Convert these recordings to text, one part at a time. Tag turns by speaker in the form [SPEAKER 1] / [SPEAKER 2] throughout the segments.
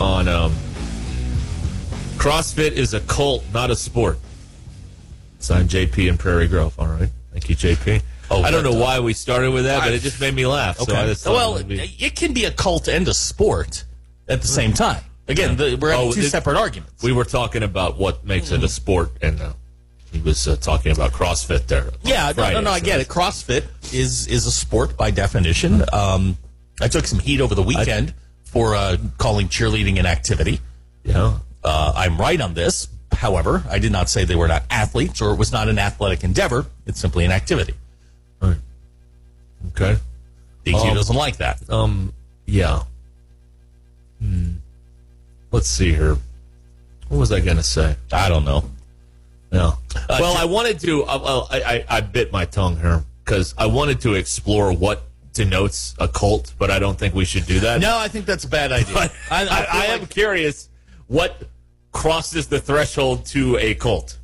[SPEAKER 1] On um, CrossFit is a cult, not a sport. Signed JP in Prairie Grove. All right. Thank you, JP.
[SPEAKER 2] Oh,
[SPEAKER 1] I don't know why we started with that, but it just made me laugh. So I just thought
[SPEAKER 2] well,
[SPEAKER 1] it might be-
[SPEAKER 2] it can be a cult and a sport at the same time. Again, the, we're having
[SPEAKER 1] Oh,
[SPEAKER 2] two
[SPEAKER 1] it-
[SPEAKER 2] separate arguments.
[SPEAKER 1] we were talking about what makes it a sport, and uh, he was uh, talking about CrossFit there. on
[SPEAKER 2] yeah, no,
[SPEAKER 1] Friday,
[SPEAKER 2] no, no, I
[SPEAKER 1] so
[SPEAKER 2] get it. CrossFit is is a sport by definition. Um, I took some heat over the weekend for uh, calling cheerleading an activity.
[SPEAKER 1] Yeah.
[SPEAKER 2] Uh, I'm right on this. However, I did not say they were not athletes or it was not an athletic endeavor. It's simply an activity.
[SPEAKER 1] Okay.
[SPEAKER 2] DQ
[SPEAKER 1] Um,
[SPEAKER 2] E doesn't like that.
[SPEAKER 1] Um. Yeah. Hmm. Let's see here. What was I going to say?
[SPEAKER 2] I don't know. Uh,
[SPEAKER 1] No. well, I wanted to. Uh, well, I, I, I bit my tongue here because I wanted to explore what denotes a cult, but I don't think we should do that.
[SPEAKER 2] No, I think that's a bad idea.
[SPEAKER 1] But I, I,
[SPEAKER 2] feel
[SPEAKER 1] am
[SPEAKER 2] like-
[SPEAKER 1] curious what crosses the threshold to a cult.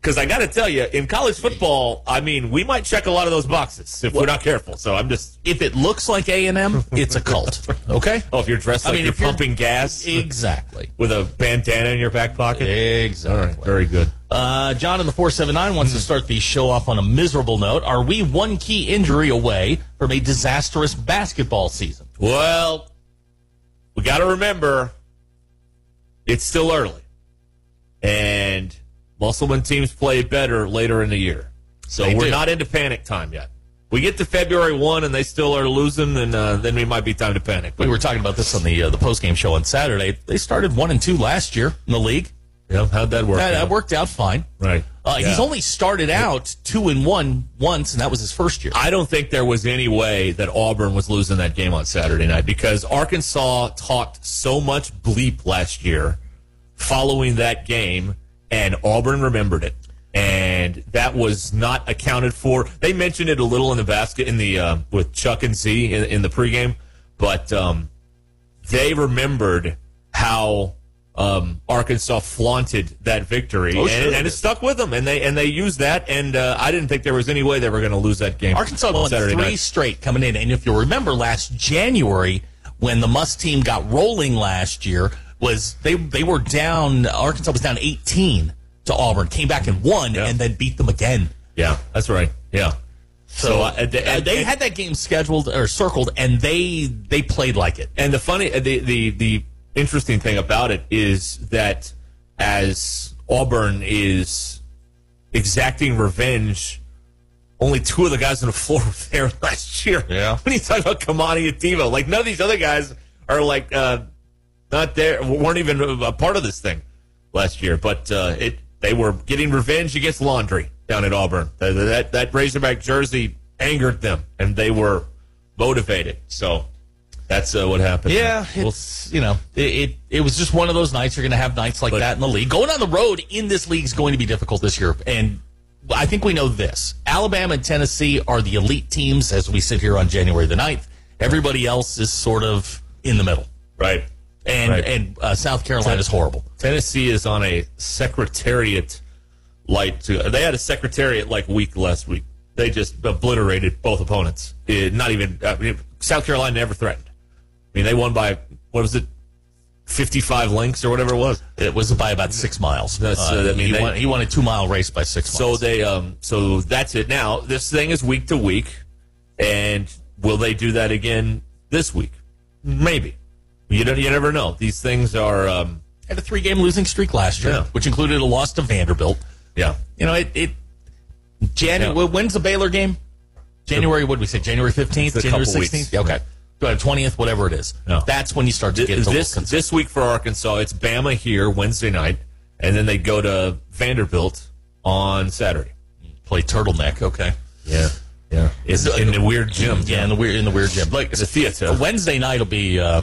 [SPEAKER 1] Because I got to tell you, in college football, I mean, we might check a lot of those boxes if we're not careful. So I'm just.
[SPEAKER 2] if it looks like A and M, it's a cult. Okay.
[SPEAKER 1] Oh, if you're dressed
[SPEAKER 2] I
[SPEAKER 1] like
[SPEAKER 2] mean,
[SPEAKER 1] you're
[SPEAKER 2] if you're-
[SPEAKER 1] pumping gas
[SPEAKER 2] Exactly.
[SPEAKER 1] with a bandana in your back pocket. All right,
[SPEAKER 2] Exactly.
[SPEAKER 1] very good. Hmm.
[SPEAKER 2] Uh, John in the 479 wants to start the show off on a miserable note. Are we one key injury away from a disastrous basketball season?
[SPEAKER 1] Well, we got to remember it's still early, and Musselman teams play better later in the year, so
[SPEAKER 2] They
[SPEAKER 1] we're
[SPEAKER 2] do.
[SPEAKER 1] not into panic time yet. We get to February one, and they still are losing, and uh, then we might be time to panic.
[SPEAKER 2] We were talking about this on the uh, the post game show on Saturday. They started one and two last year in the league.
[SPEAKER 1] yeah, how'd that work?
[SPEAKER 2] That, that
[SPEAKER 1] out?
[SPEAKER 2] worked out fine.
[SPEAKER 1] right.
[SPEAKER 2] Uh,
[SPEAKER 1] Yeah.
[SPEAKER 2] He's only started out two and one once, and that was his first year.
[SPEAKER 1] I don't think there was any way that Auburn was losing that game on Saturday night because Arkansas talked so much bleep last year following that game, and Auburn remembered it. And that was not accounted for. They mentioned it a little in the basket in the uh, with Chuck and Z in, in the pregame, but um, they remembered how um, Arkansas flaunted that victory,
[SPEAKER 2] Oh, sure
[SPEAKER 1] and,
[SPEAKER 2] they
[SPEAKER 1] and it
[SPEAKER 2] did.
[SPEAKER 1] stuck with them. And they and they used that. And uh, I didn't think there was any way they were going to lose that game.
[SPEAKER 2] Arkansas
[SPEAKER 1] on
[SPEAKER 2] won
[SPEAKER 1] Saturday
[SPEAKER 2] three
[SPEAKER 1] night.
[SPEAKER 2] straight coming in, and if you'll remember last January when the Must team got rolling last year, was they they were down. Arkansas was down eighteen to Auburn, came back and won,
[SPEAKER 1] Yeah.
[SPEAKER 2] and then beat them again.
[SPEAKER 1] Yeah, that's right. Yeah. So, uh, and-
[SPEAKER 2] Uh,
[SPEAKER 1] and-
[SPEAKER 2] they had that game scheduled or circled, and they they played like it.
[SPEAKER 1] And the funny, uh, the, the the interesting thing about it is that as Auburn is exacting revenge, only two of the guys on the floor were there last year.
[SPEAKER 2] Yeah.
[SPEAKER 1] When you talk about Kamani and Devo, like none of these other guys are like uh, not there, weren't even a part of this thing last year. But uh, it they were getting revenge against Laundry down at Auburn. That that, that Razorback jersey angered them, and they were motivated. So that's uh, what happened.
[SPEAKER 2] Yeah,
[SPEAKER 1] We'll
[SPEAKER 2] it's you know it, it it was just one of those nights. You're going to have nights like
[SPEAKER 1] But-
[SPEAKER 2] that in the league. Going on the road in this league is going to be difficult this year, and I think we know this. Alabama and Tennessee are the elite teams as we sit here on January the 9th. Everybody else is sort of in the middle,
[SPEAKER 1] right.
[SPEAKER 2] and
[SPEAKER 1] Right.
[SPEAKER 2] and uh, South Carolina is horrible.
[SPEAKER 1] Tennessee is on a secretariat light. To, they had a secretariat like week last week. They just obliterated both opponents. Eh, not even I mean, South Carolina never threatened. I mean, they won by what was it, fifty-five links or whatever it was.
[SPEAKER 2] It was by about six miles.
[SPEAKER 1] That's, uh, I mean,
[SPEAKER 2] he,
[SPEAKER 1] they-
[SPEAKER 2] won, he won a two mile race by six.
[SPEAKER 1] So
[SPEAKER 2] miles.
[SPEAKER 1] they um so that's it now. This thing is week to week and will they do that again this week? Maybe. You don't, you never know. These things are. Um,
[SPEAKER 2] Had a three game losing streak last year,
[SPEAKER 1] Yeah.
[SPEAKER 2] which included a loss to Vanderbilt.
[SPEAKER 1] yeah.
[SPEAKER 2] You know, it. it January.
[SPEAKER 1] Yeah.
[SPEAKER 2] When's the Baylor game? January. What did we say? January fifteenth.
[SPEAKER 1] It's a
[SPEAKER 2] January
[SPEAKER 1] couple weeks.
[SPEAKER 2] sixteenth. Yeah, okay. Twentieth. Whatever it is.
[SPEAKER 1] Yeah.
[SPEAKER 2] That's when you start to
[SPEAKER 1] Th-
[SPEAKER 2] get to
[SPEAKER 1] this
[SPEAKER 2] this.
[SPEAKER 1] this week for Arkansas, it's Bama here Wednesday night, and then they go to Vanderbilt on Saturday.
[SPEAKER 2] Play turtleneck. Okay.
[SPEAKER 1] Yeah, yeah. It's in the weird gym.
[SPEAKER 2] Yeah, in the weird in the weird gym. Like
[SPEAKER 1] it's a theater.
[SPEAKER 2] Wednesday night will be uh,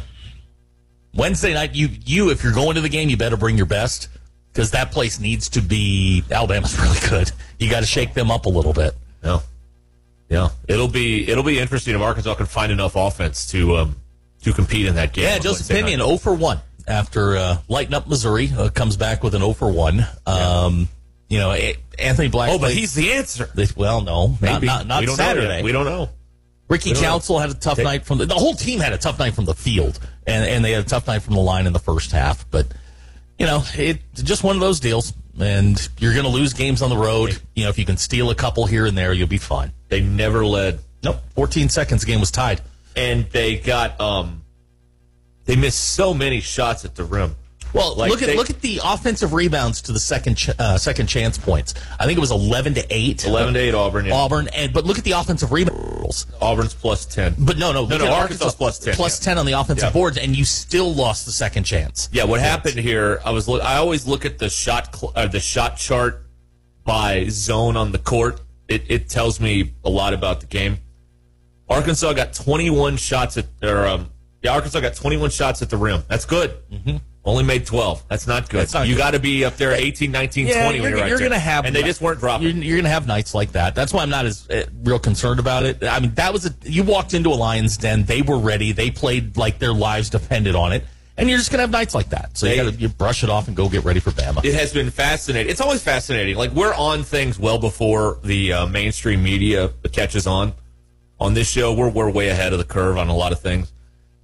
[SPEAKER 2] Wednesday night. You you if you're going to the game, you better bring your best because that place needs to be. Alabama's really good. You got to shake them up a little bit.
[SPEAKER 1] Yeah, yeah. It'll be it'll be interesting if Arkansas can find enough offense to um to compete in that game.
[SPEAKER 2] Yeah,
[SPEAKER 1] on
[SPEAKER 2] Joseph
[SPEAKER 1] Wednesday
[SPEAKER 2] Pinion
[SPEAKER 1] night.
[SPEAKER 2] 0 for 1 after uh, lighting up Missouri uh, comes back with an 0 for 1. Um, You know, it, Anthony Black.
[SPEAKER 1] Oh, but
[SPEAKER 2] played-
[SPEAKER 1] he's the answer.
[SPEAKER 2] they- well, no, not
[SPEAKER 1] Maybe.
[SPEAKER 2] not, not
[SPEAKER 1] we don't Know
[SPEAKER 2] Saturday.
[SPEAKER 1] yet. we don't know.
[SPEAKER 2] Ricky Council had a tough night from the, the whole team had a tough night from the field, and and they had a tough night from the line in the first half. But you know, it it's just one of those deals, and you're going to lose games on the road. You know, if you can steal a couple here and there, you'll be fine.
[SPEAKER 1] They never led,
[SPEAKER 2] Nope, 14 seconds, the game was tied.
[SPEAKER 1] and they got um they missed so many shots at the rim.
[SPEAKER 2] Well,
[SPEAKER 1] Like
[SPEAKER 2] look at
[SPEAKER 1] they-
[SPEAKER 2] look at the offensive rebounds to the second ch- uh, second chance points. I think it was 11 to eight.
[SPEAKER 1] Eleven to eight, Auburn. yeah.
[SPEAKER 2] Auburn, and but look at the offensive rebounds.
[SPEAKER 1] Auburn's plus ten.
[SPEAKER 2] But no, no, look
[SPEAKER 1] no,
[SPEAKER 2] at
[SPEAKER 1] Arkansas's plus 10,
[SPEAKER 2] plus
[SPEAKER 1] yeah.
[SPEAKER 2] 10 on the offensive
[SPEAKER 1] Yeah.
[SPEAKER 2] boards, and you still lost the second chance.
[SPEAKER 1] Yeah, what happened here? I was look, I always look at the shot cl- uh, the shot chart by zone on the court. It it tells me a lot about the game. Arkansas got 21 shots at or um, yeah, Arkansas got 21 shots at the rim. That's good. Mm-hmm. Only made 12. That's not good.
[SPEAKER 2] That's not
[SPEAKER 1] you
[SPEAKER 2] good.
[SPEAKER 1] got to be up there 18, 19,
[SPEAKER 2] Yeah,
[SPEAKER 1] 20
[SPEAKER 2] you're,
[SPEAKER 1] when you're, right
[SPEAKER 2] you're
[SPEAKER 1] there.
[SPEAKER 2] gonna have,
[SPEAKER 1] and they just weren't dropping.
[SPEAKER 2] You're, you're gonna have nights like that. That's why I'm not as uh, real concerned about it. I mean, that was a you walked into a Lions den. They were ready. They played like their lives depended on it. And you're just gonna have nights like that. So
[SPEAKER 1] They-
[SPEAKER 2] you gotta you brush it off and go get ready for Bama.
[SPEAKER 1] it has been fascinating. It's always fascinating. Like we're on things well before the uh, mainstream media catches on. On this show, we're we're way ahead of the curve on a lot of things,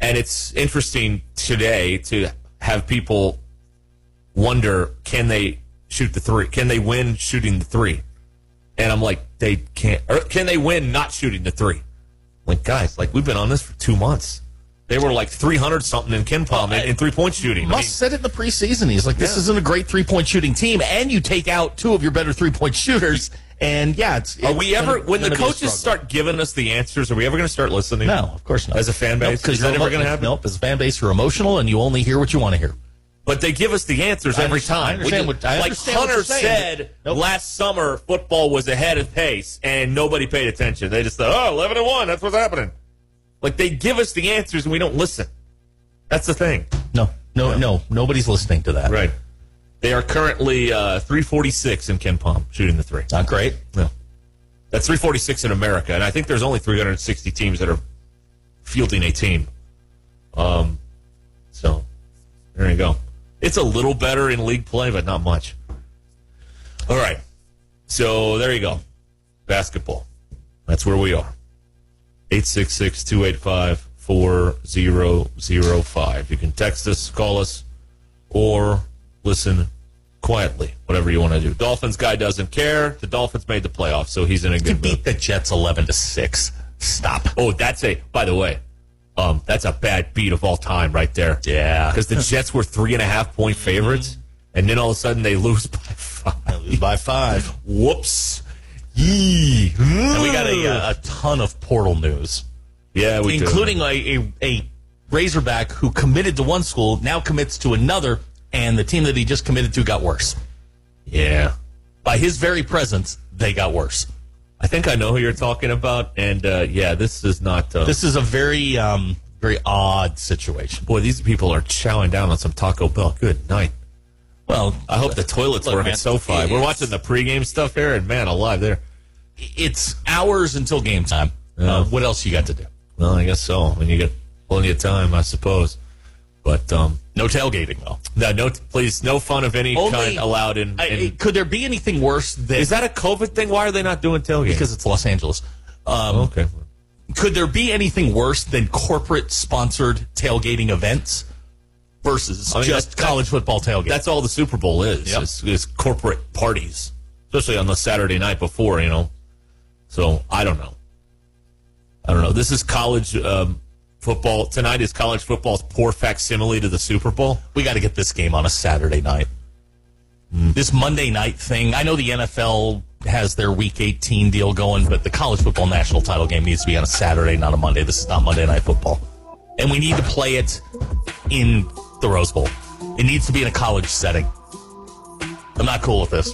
[SPEAKER 1] and it's interesting today to have people wonder: Can they shoot the three? Can they win shooting the three? And I'm like, they can't. Or can they win not shooting the three? Like guys, like we've been on this for two months. They were like 300 something in Ken Palm in, in three point shooting. I mean-
[SPEAKER 2] Musk said it in the preseason. He's like, "This isn't a great three point shooting team," and you take out two of your better three point shooters, and yeah, it's,
[SPEAKER 1] Are
[SPEAKER 2] it's
[SPEAKER 1] we ever,
[SPEAKER 2] gonna-
[SPEAKER 1] when the
[SPEAKER 2] gonna be a
[SPEAKER 1] coaches
[SPEAKER 2] struggle.
[SPEAKER 1] start giving us the answers, are we ever going to start listening?
[SPEAKER 2] No, of course not.
[SPEAKER 1] As a fan base?
[SPEAKER 2] because
[SPEAKER 1] Is that
[SPEAKER 2] you're
[SPEAKER 1] ever
[SPEAKER 2] emo-
[SPEAKER 1] going to happen?
[SPEAKER 2] Nope, as a fan base, you're emotional and you only hear what you want to hear.
[SPEAKER 1] But they give us the answers
[SPEAKER 2] I
[SPEAKER 1] every
[SPEAKER 2] understand-
[SPEAKER 1] time.
[SPEAKER 2] I
[SPEAKER 1] We
[SPEAKER 2] understand
[SPEAKER 1] just-
[SPEAKER 2] what- I
[SPEAKER 1] like
[SPEAKER 2] understand what
[SPEAKER 1] Hunter
[SPEAKER 2] you're saying,
[SPEAKER 1] said
[SPEAKER 2] but- Nope.
[SPEAKER 1] last summer, football was ahead of pace and nobody paid attention. They just thought, oh, 11 and 1, that's what's happening. Like they give us the answers and we don't listen. That's the thing.
[SPEAKER 2] No, no, no, nobody's listening to that.
[SPEAKER 1] Right. They are currently uh, 346 in Ken Palm shooting the three.
[SPEAKER 2] Not great.
[SPEAKER 1] No. That's 346 in America, and I think there's only 360 teams that are fielding a team. Um, so there you go. It's a little better in league play, but not much. All right. So there you go. Basketball. That's where we are. 866 285 4005. You can text us, call us, or listen quietly, whatever you want to do. Dolphins guy doesn't care. The Dolphins made the playoffs, so he's in a
[SPEAKER 2] You
[SPEAKER 1] good mood.
[SPEAKER 2] beat the Jets eleven to six. Stop.
[SPEAKER 1] Oh, that's a. By the way, um, that's a bad beat of all time, right there.
[SPEAKER 2] Yeah. Mm-hmm.
[SPEAKER 1] because the Jets were three and a half point favorites, and then all of a sudden they lose by five.
[SPEAKER 2] by five.
[SPEAKER 1] Whoops. Yee.
[SPEAKER 2] And we got a, uh, a ton of portal news,
[SPEAKER 1] yeah, we do.
[SPEAKER 2] including a, a a Razorback who committed to one school now commits to another, and the team that he just committed to got worse.
[SPEAKER 1] yeah.
[SPEAKER 2] By his very presence, they got worse.
[SPEAKER 1] I think I know who you're talking about, and uh, yeah, this is not. Uh,
[SPEAKER 2] This is a very um very odd situation.
[SPEAKER 1] boy, these people are chowing down on some Taco Bell. Good night.
[SPEAKER 2] Well,
[SPEAKER 1] I hope the toilets
[SPEAKER 2] Look,
[SPEAKER 1] work
[SPEAKER 2] man,
[SPEAKER 1] at SoFi. We're
[SPEAKER 2] it's-
[SPEAKER 1] watching the pregame stuff here, and man, alive there.
[SPEAKER 2] it's hours until game time. Uh, what else you got to do?
[SPEAKER 1] Well, I guess so. I mean, you get plenty of time, I suppose. But um,
[SPEAKER 2] No tailgating though.
[SPEAKER 1] no, no, please, no fun of any
[SPEAKER 2] Only-
[SPEAKER 1] kind allowed in.
[SPEAKER 2] I,
[SPEAKER 1] in-
[SPEAKER 2] could there be anything worse than
[SPEAKER 1] is that a COVID thing? Why are they not doing tailgates?
[SPEAKER 2] because it's Los Angeles? Um,
[SPEAKER 1] okay,
[SPEAKER 2] could there be anything worse than corporate sponsored tailgating events versus
[SPEAKER 1] I mean,
[SPEAKER 2] just
[SPEAKER 1] that's-
[SPEAKER 2] college football tailgate?
[SPEAKER 1] that's all the Super Bowl is.
[SPEAKER 2] Yep.
[SPEAKER 1] Is, is corporate parties, especially on the Saturday night before. You know, so I don't know. I don't know. This is college um, football tonight is college football's poor facsimile to the Super Bowl.
[SPEAKER 2] We got to get this game on a Saturday night. This Monday night thing, I know the NFL has their Week 18 deal going, but the college football national title game needs to be on a Saturday, not a Monday. This is not Monday Night Football. And we need to play it in the Rose Bowl. It needs to be in a college setting. I'm not cool with this.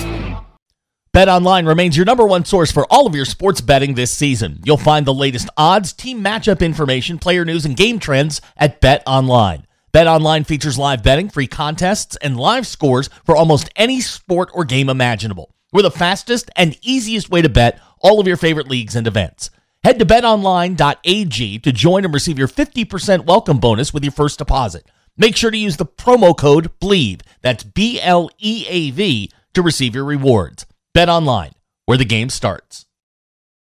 [SPEAKER 2] BetOnline remains your number one source for all of your sports betting this season. You'll find the latest odds, team matchup information, player news, and game trends at BetOnline. BetOnline features live betting, free contests, and live scores for almost any sport or game imaginable. We're the fastest and easiest way to bet all of your favorite leagues and events. Head to betonline.ag to join and receive your 50% welcome bonus with your first deposit. Make sure to use the promo code BLEAV, that's B L E A V, to receive your rewards. Bet online, where the game starts.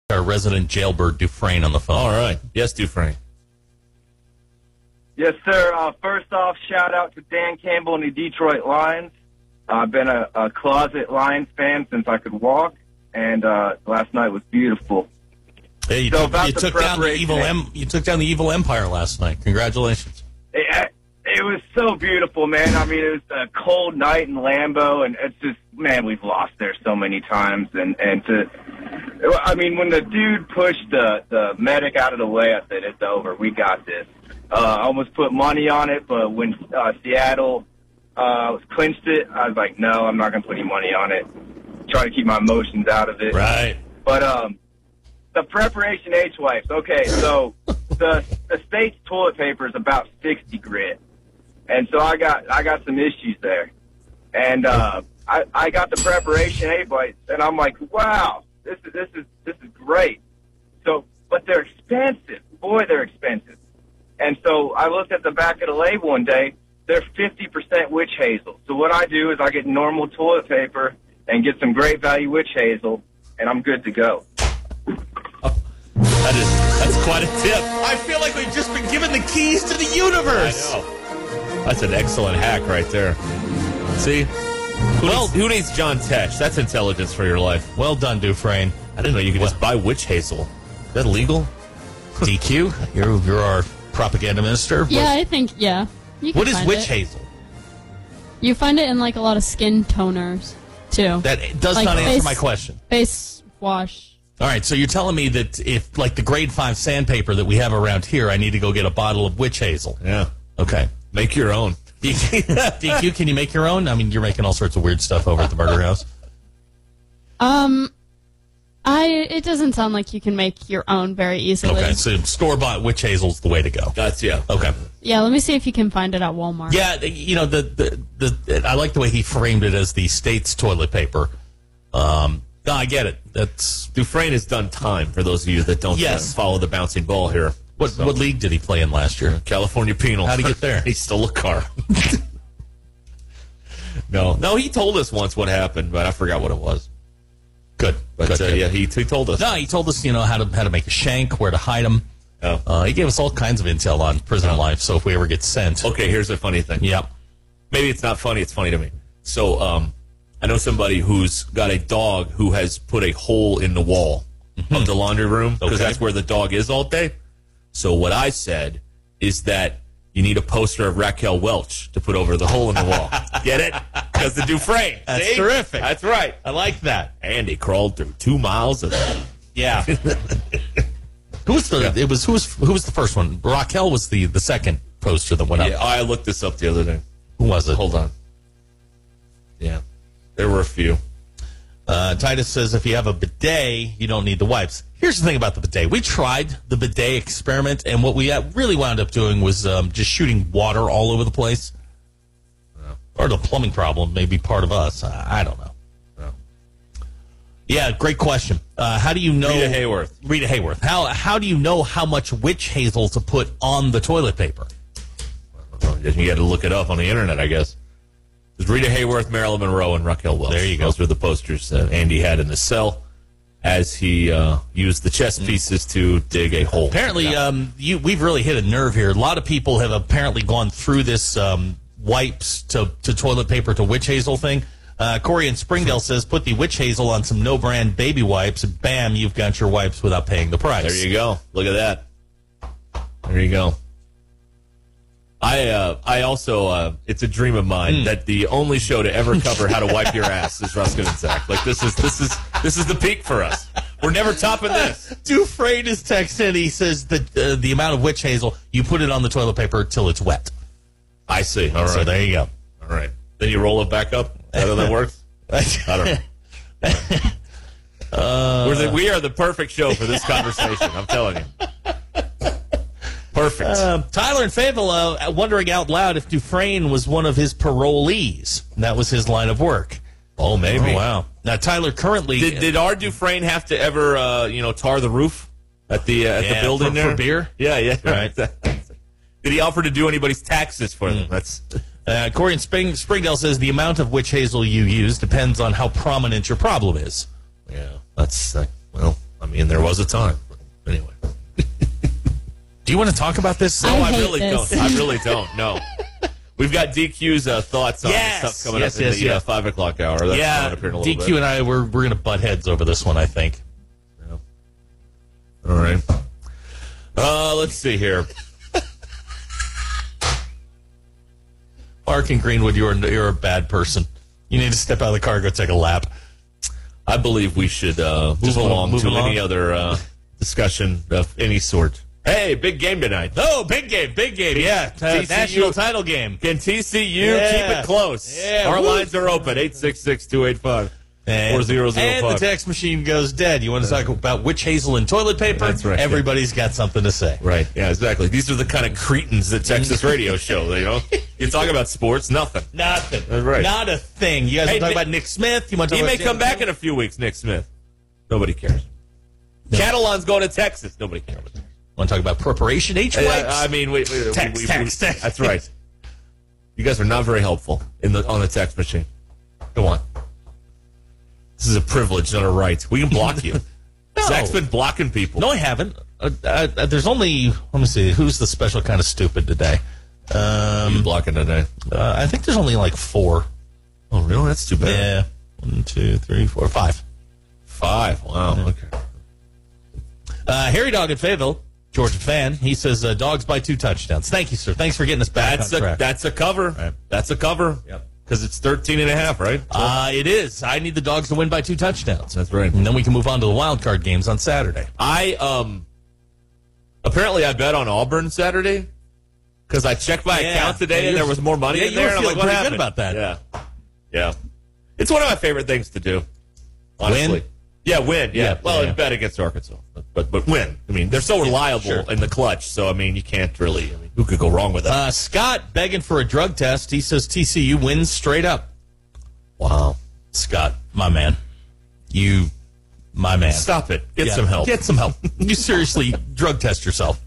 [SPEAKER 2] Our resident jailbird Dufresne on the phone.
[SPEAKER 1] All right. Yes, Dufresne.
[SPEAKER 3] Yes, sir. Uh, first off, shout out to Dan Campbell and the Detroit Lions. I've been a, a closet Lions fan since I could walk, and uh, last night was beautiful.
[SPEAKER 2] Hey, you
[SPEAKER 3] So
[SPEAKER 2] took,
[SPEAKER 3] about
[SPEAKER 2] you
[SPEAKER 3] the
[SPEAKER 2] took down the
[SPEAKER 3] preparation,
[SPEAKER 2] evil
[SPEAKER 3] eh?
[SPEAKER 2] em- you took down the evil empire last night. Congratulations.
[SPEAKER 3] It, it was so beautiful, man. I mean, it was a cold night in Lambeau, and it's just, man, we've lost there so many times. And and to, I mean, when the dude pushed the the medic out of the way, I said, "It's over. We got this." Uh, I almost put money on it, but when uh, Seattle uh, clinched it, I was like, "No, I'm not going to put any money on it." Try to keep my emotions out of it.
[SPEAKER 1] Right.
[SPEAKER 3] But um, the preparation H wipes. Okay, so the the state's toilet paper is about sixty grit, and so I got I got some issues there, and uh, I I got the preparation H wipes, and I'm like, wow, this is this is this is great. So, but they're expensive. Boy, they're expensive. And so I looked at the back of the label one day. They're 50% witch hazel. So what I do is I get normal toilet paper and get some great value witch hazel, and I'm good to go.
[SPEAKER 1] Oh, That is that's quite a tip.
[SPEAKER 2] I feel like we've just been given the keys to the universe.
[SPEAKER 1] That's an excellent hack right there. See? Who well, needs, who needs John Tesh? That's intelligence for your life.
[SPEAKER 2] Well done, Dufresne.
[SPEAKER 1] I didn't know you could just buy witch hazel. Is that legal?
[SPEAKER 2] DQ, you're, you're our propaganda minister.
[SPEAKER 4] Yeah, I think yeah. You can
[SPEAKER 2] What is
[SPEAKER 4] find
[SPEAKER 2] witch
[SPEAKER 4] it.
[SPEAKER 2] hazel?
[SPEAKER 4] You find it in like a lot of skin toners too.
[SPEAKER 2] That does
[SPEAKER 4] Like
[SPEAKER 2] not answer
[SPEAKER 4] face-
[SPEAKER 2] my question.
[SPEAKER 4] face wash.
[SPEAKER 2] All right, so you're telling me that if, like, the grade five sandpaper that we have around here, I need to go get a bottle of witch hazel.
[SPEAKER 1] Yeah.
[SPEAKER 2] Okay.
[SPEAKER 1] Make your own.
[SPEAKER 2] DQ, can you make your own? I mean, you're making all sorts of weird stuff over at the murder house.
[SPEAKER 4] Um, I it doesn't sound like you can make your own very easily.
[SPEAKER 2] Okay, so store bought witch hazel's the way to go.
[SPEAKER 1] That's yeah.
[SPEAKER 2] Okay.
[SPEAKER 4] Yeah, let me see if you can find it at Walmart.
[SPEAKER 2] Yeah, the- you know the, the the I like the way he framed it as the state's toilet paper. Um, no, I get it. That's
[SPEAKER 1] Dufresne has done time for those of you that don't
[SPEAKER 2] Yes.
[SPEAKER 1] uh, follow the bouncing ball here.
[SPEAKER 2] what what league did he play in last year?
[SPEAKER 1] California penal.
[SPEAKER 2] How'd he get there?
[SPEAKER 1] he stole a car. no, no, he told us once what happened, but I forgot what it was.
[SPEAKER 2] Good,
[SPEAKER 1] But
[SPEAKER 2] good,
[SPEAKER 1] uh,
[SPEAKER 2] good.
[SPEAKER 1] yeah, he, he told us.
[SPEAKER 2] No, he told us you know how to how to make a shank, where to hide them.
[SPEAKER 1] Oh.
[SPEAKER 2] Uh, he gave us all kinds of intel on prison life. So if we ever get sent,
[SPEAKER 1] Okay, here's the funny thing.
[SPEAKER 2] yep.
[SPEAKER 1] maybe it's not funny. It's funny to me. So, um, I know somebody who's got a dog who has put a hole in the wall of the laundry room because
[SPEAKER 2] Mm-hmm. Okay.
[SPEAKER 1] that's where the dog is all day. So, what I said is that you need a poster of Raquel Welch to put over the hole in the wall. Get it? Because the Dufresne.
[SPEAKER 2] That's
[SPEAKER 1] See?
[SPEAKER 2] terrific.
[SPEAKER 1] That's right.
[SPEAKER 2] I like that.
[SPEAKER 1] And he crawled through two miles of
[SPEAKER 2] Yeah. who was the? It was who was who was the first one? Raquel was the the second poster that went up.
[SPEAKER 1] Yeah, I looked this up the other day.
[SPEAKER 2] Who was it?
[SPEAKER 1] Hold on. Yeah, there were a few.
[SPEAKER 2] Uh, Titus says if you have a bidet, you don't need the wipes. Here's the thing about the bidet. We tried the bidet experiment, and what we uh, really wound up doing was um, just shooting water all over the place. Oh. Oh. Or the plumbing problem may be part of us. I, I don't know. Yeah, great question. Uh, how do you know
[SPEAKER 1] Rita Hayworth.
[SPEAKER 2] Rita Hayworth. How how do you know how much witch hazel to put on the toilet paper?
[SPEAKER 1] You got to look it up on the internet, I guess. It was Rita Hayworth, Marilyn Monroe, and Raquel Welch. There you go. Those were the posters that Andy had in the cell as he uh, used the chess pieces to dig a hole.
[SPEAKER 2] Apparently,
[SPEAKER 1] uh,
[SPEAKER 2] um, you we've really hit a nerve here. A lot of people have apparently gone through this um, wipes to, to toilet paper to witch hazel thing. Uh, Corey in Springdale says, put the witch hazel on some no brand baby wipes, and bam, you've got your wipes without paying the price.
[SPEAKER 1] There you go. Look at that. There you go. I uh, I also uh, it's a dream of mine that the only show to ever cover how to wipe your ass is Ruskin and Zach. Like this is this is this is the peak for us. We're never topping this.
[SPEAKER 2] Dufresne is texting. He says that uh, the amount of witch hazel, you put it on the toilet paper till it's wet.
[SPEAKER 1] I see. All right.
[SPEAKER 2] So there you go.
[SPEAKER 1] All right. Then you roll it back up. Is that how that works? I don't know.
[SPEAKER 2] Uh,
[SPEAKER 1] Uh, We're the, we are the perfect show for this conversation. I'm telling you. Perfect.
[SPEAKER 2] Um, Tyler and Fayetteville uh, wondering out loud if Dufresne was one of his parolees. That was his line of work.
[SPEAKER 1] oh, maybe.
[SPEAKER 2] Oh, wow. Now, Tyler currently.
[SPEAKER 1] Did, did R. Dufresne have to ever, uh, you know, tar the roof at the uh, at
[SPEAKER 2] Yeah,
[SPEAKER 1] the building
[SPEAKER 2] for-
[SPEAKER 1] there
[SPEAKER 2] for beer?
[SPEAKER 1] Yeah, yeah.
[SPEAKER 2] Right. Hmm.
[SPEAKER 1] did he offer to do anybody's taxes for them? That's
[SPEAKER 2] Uh, Corey in Spring, Springdale says the amount of witch hazel you use depends on how prominent your problem is.
[SPEAKER 1] yeah. That's uh, well. I mean, there was a time. Anyway,
[SPEAKER 2] Do you want to talk about this?
[SPEAKER 4] I
[SPEAKER 1] I
[SPEAKER 4] hate
[SPEAKER 1] really
[SPEAKER 4] this.
[SPEAKER 1] don't. I really don't. No. We've got DQ's uh, thoughts on
[SPEAKER 2] Yes.
[SPEAKER 1] this stuff coming
[SPEAKER 2] Yes,
[SPEAKER 1] up in
[SPEAKER 2] yes,
[SPEAKER 1] the uh,
[SPEAKER 2] yes.
[SPEAKER 1] five o'clock hour. That's coming
[SPEAKER 2] yeah,
[SPEAKER 1] up here in a little
[SPEAKER 2] DQ
[SPEAKER 1] bit.
[SPEAKER 2] and I we're we're gonna butt heads over this one. I think.
[SPEAKER 1] All right. Uh, let's see here.
[SPEAKER 2] Mark and Greenwood, you're you're a bad person. You need to step out of the car, go take a lap.
[SPEAKER 1] I believe we should uh, move
[SPEAKER 2] Just wanna
[SPEAKER 1] along
[SPEAKER 2] move
[SPEAKER 1] to
[SPEAKER 2] along?
[SPEAKER 1] any other uh, discussion of any sort. Hey, big game tonight.
[SPEAKER 2] Oh, big game, big game. Yeah, uh,
[SPEAKER 1] TCU.
[SPEAKER 2] national title game.
[SPEAKER 1] Can TCU keep
[SPEAKER 2] Yeah.
[SPEAKER 1] it close?
[SPEAKER 2] Yeah,
[SPEAKER 1] Our
[SPEAKER 2] woo.
[SPEAKER 1] lines are open 866 285
[SPEAKER 2] And the
[SPEAKER 1] 4005.
[SPEAKER 2] text machine goes dead. You want to talk about witch hazel and toilet paper?
[SPEAKER 1] That's right, yeah.
[SPEAKER 2] Everybody's got something to say.
[SPEAKER 1] Right. Yeah, exactly. These are the kind of cretins that Texas radio show. You know, you talk about sports, nothing.
[SPEAKER 2] Nothing.
[SPEAKER 1] That's right.
[SPEAKER 2] Not a thing. You guys
[SPEAKER 1] Hey,
[SPEAKER 2] want to talk
[SPEAKER 1] Nick-
[SPEAKER 2] about Nick Smith? You want to
[SPEAKER 1] He
[SPEAKER 2] talk
[SPEAKER 1] may
[SPEAKER 2] about
[SPEAKER 1] come back in a few weeks, Nick Smith. Nobody cares. Catalan's going to Texas. Nobody cares.
[SPEAKER 2] Want to talk about Preparation H wipes?
[SPEAKER 1] Yeah, I mean, we, we, we-
[SPEAKER 2] Text,
[SPEAKER 1] we-
[SPEAKER 2] text, text.
[SPEAKER 1] That's right. You guys are not very helpful in the on the text machine. Go on. This is a privilege, not a right. We can block you.
[SPEAKER 2] No.
[SPEAKER 1] Zach's been blocking people.
[SPEAKER 2] No, I haven't. Uh, uh, uh, there's only let me see who's the special kind of stupid today.
[SPEAKER 1] He's
[SPEAKER 2] Um,
[SPEAKER 1] blocking today.
[SPEAKER 2] uh, I think there's only like four.
[SPEAKER 1] Oh, really? That's too bad.
[SPEAKER 2] Yeah, one, two, three, four, five.
[SPEAKER 1] Five. Wow. Okay.
[SPEAKER 2] Uh, Harry Dog in Fayetteville, Georgia fan. He says uh, dogs by two touchdowns. Thank you, sir. Thanks for getting us back.
[SPEAKER 1] That's
[SPEAKER 2] on
[SPEAKER 1] a
[SPEAKER 2] track.
[SPEAKER 1] that's a cover. That's a cover. Yep. Because it's 13 and a half, right?
[SPEAKER 2] uh, it is. I need the dogs to win by two touchdowns.
[SPEAKER 1] That's right.
[SPEAKER 2] And then we can move on to the wild card games on Saturday.
[SPEAKER 1] I um apparently I bet on Auburn Saturday because I checked my
[SPEAKER 2] Yeah.
[SPEAKER 1] account today
[SPEAKER 2] Yeah,
[SPEAKER 1] and
[SPEAKER 2] you-
[SPEAKER 1] there was more money
[SPEAKER 2] yeah,
[SPEAKER 1] in
[SPEAKER 2] you
[SPEAKER 1] there.
[SPEAKER 2] were
[SPEAKER 1] and I'm like,
[SPEAKER 2] feeling
[SPEAKER 1] what
[SPEAKER 2] pretty
[SPEAKER 1] happened?
[SPEAKER 2] good about that.
[SPEAKER 1] Yeah, yeah. It's one of my favorite things to do. Honestly.
[SPEAKER 2] Win?
[SPEAKER 1] Yeah, win. Yeah.
[SPEAKER 2] Yeah,
[SPEAKER 1] well,
[SPEAKER 2] yeah.
[SPEAKER 1] and bet against Arkansas, but but, but win. I mean, they're so reliable in the clutch. So I mean, you can't really. I mean, who could go wrong with that?
[SPEAKER 2] Uh, Scott begging for a drug test. He says TCU wins straight up. Wow, Scott, my man, you, my man.
[SPEAKER 1] Stop it. Get
[SPEAKER 2] Yeah.
[SPEAKER 1] some help.
[SPEAKER 2] Get some help. you seriously drug test yourself.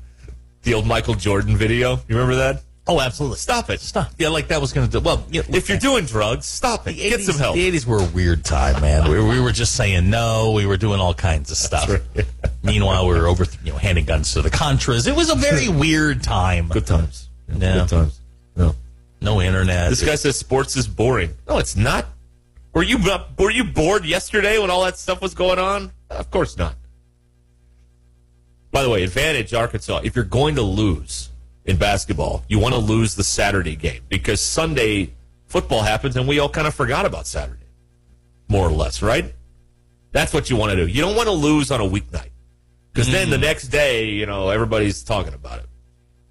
[SPEAKER 1] the old Michael Jordan video. You remember that?
[SPEAKER 2] Oh, absolutely. Stop it. Stop. Yeah, like that was going to do. Well, yeah,
[SPEAKER 1] If you're doing drugs, stop it. Get some help.
[SPEAKER 2] The 80s were a weird time, man. We, we were just saying no. We were doing all kinds of stuff. Meanwhile, we were over, you know, handing guns to the Contras. It was a very weird time.
[SPEAKER 1] Good times.
[SPEAKER 2] Yeah.
[SPEAKER 1] Good times. No.
[SPEAKER 2] No internet.
[SPEAKER 1] This guy says sports is boring. No, it's not. Were you uh, were you bored yesterday when all that stuff was going on? Of course not. By the way, advantage Arkansas. If you're going to lose in basketball, you want to lose the Saturday game because Sunday football happens and we all kind of forgot about Saturday, more or less, right? That's what you want to do. You don't want to lose on a weeknight because then the next day, you know, everybody's talking about it.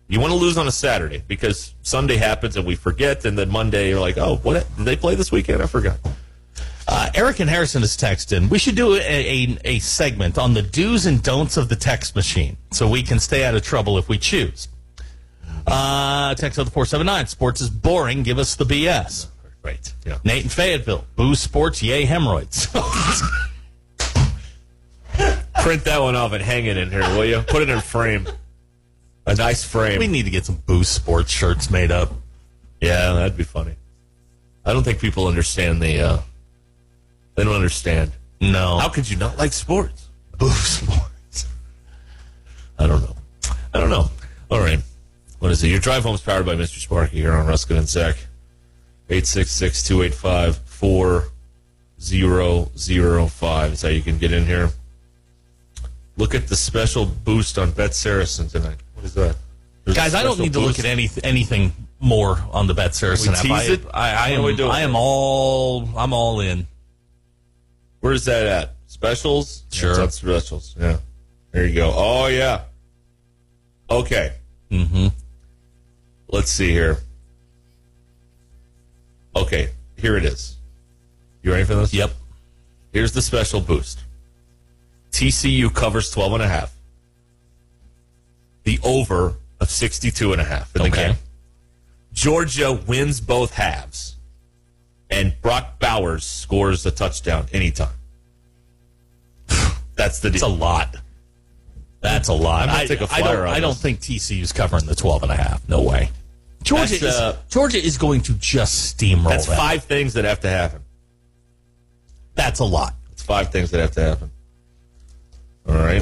[SPEAKER 1] You want to lose on a Saturday because Sunday happens and we forget, and then Monday you're like, oh, what did they play this weekend? I forgot.
[SPEAKER 2] Uh, Eric and Harrison is texting. We should do a, a, a segment on the do's and don'ts of the text machine so we can stay out of trouble if we choose. Uh, text of the 479. Sports is boring. Give us the BS.
[SPEAKER 1] Right. Yeah.
[SPEAKER 2] Nate in Fayetteville. Boo sports. Yay hemorrhoids.
[SPEAKER 1] print that one off and hang it in here, will you? Put it in a frame. A nice frame.
[SPEAKER 2] We need to get some Boost Sports shirts made up.
[SPEAKER 1] yeah, that'd be funny. I don't think people understand the. Uh, they don't understand.
[SPEAKER 2] No.
[SPEAKER 1] How could you not like sports?
[SPEAKER 2] Boost Sports.
[SPEAKER 1] I don't know. I don't know. All right. What is it? Your drive home's powered by Mr. Sparky here on Ruskin and Zach. 866-285-4005 is how you can get in here. Look at the special boost on Bet Saracen tonight. What is that? There's a
[SPEAKER 2] Guys, I don't
[SPEAKER 1] special
[SPEAKER 2] need to look
[SPEAKER 1] boost.
[SPEAKER 2] at any, anything more on the Bet Saracen
[SPEAKER 1] We
[SPEAKER 2] app.
[SPEAKER 1] tease
[SPEAKER 2] I,
[SPEAKER 1] it?
[SPEAKER 2] I,
[SPEAKER 1] What
[SPEAKER 2] I,
[SPEAKER 1] are we
[SPEAKER 2] am,
[SPEAKER 1] doing?
[SPEAKER 2] I am all I'm all in.
[SPEAKER 1] Where's that at? Specials?
[SPEAKER 2] Sure.
[SPEAKER 1] Yeah, it's on specials. Yeah. There you go. Oh, yeah. Okay.
[SPEAKER 2] Mhm.
[SPEAKER 1] Mm-hmm. Let's see here. Okay. Here it is. You ready for this?
[SPEAKER 2] Yep.
[SPEAKER 1] Here's the special boost. TCU covers 12 and a half. The over of 62 and a half in the
[SPEAKER 2] Okay.
[SPEAKER 1] game. Georgia wins both halves. And Brock Bowers scores a touchdown anytime. That's the
[SPEAKER 2] It's a
[SPEAKER 1] deal.
[SPEAKER 2] lot. That's a lot.
[SPEAKER 1] I might
[SPEAKER 2] I,
[SPEAKER 1] take a
[SPEAKER 2] I
[SPEAKER 1] flyer
[SPEAKER 2] don't,
[SPEAKER 1] on
[SPEAKER 2] I don't
[SPEAKER 1] this.
[SPEAKER 2] think TCU's covering the 12 and a half. No way. Georgia
[SPEAKER 1] That's,
[SPEAKER 2] is,
[SPEAKER 1] uh,
[SPEAKER 2] Georgia is going to just steamroll
[SPEAKER 1] That's
[SPEAKER 2] that.
[SPEAKER 1] five things that have to happen.
[SPEAKER 2] That's a lot.
[SPEAKER 1] It's five things that have to happen. All right.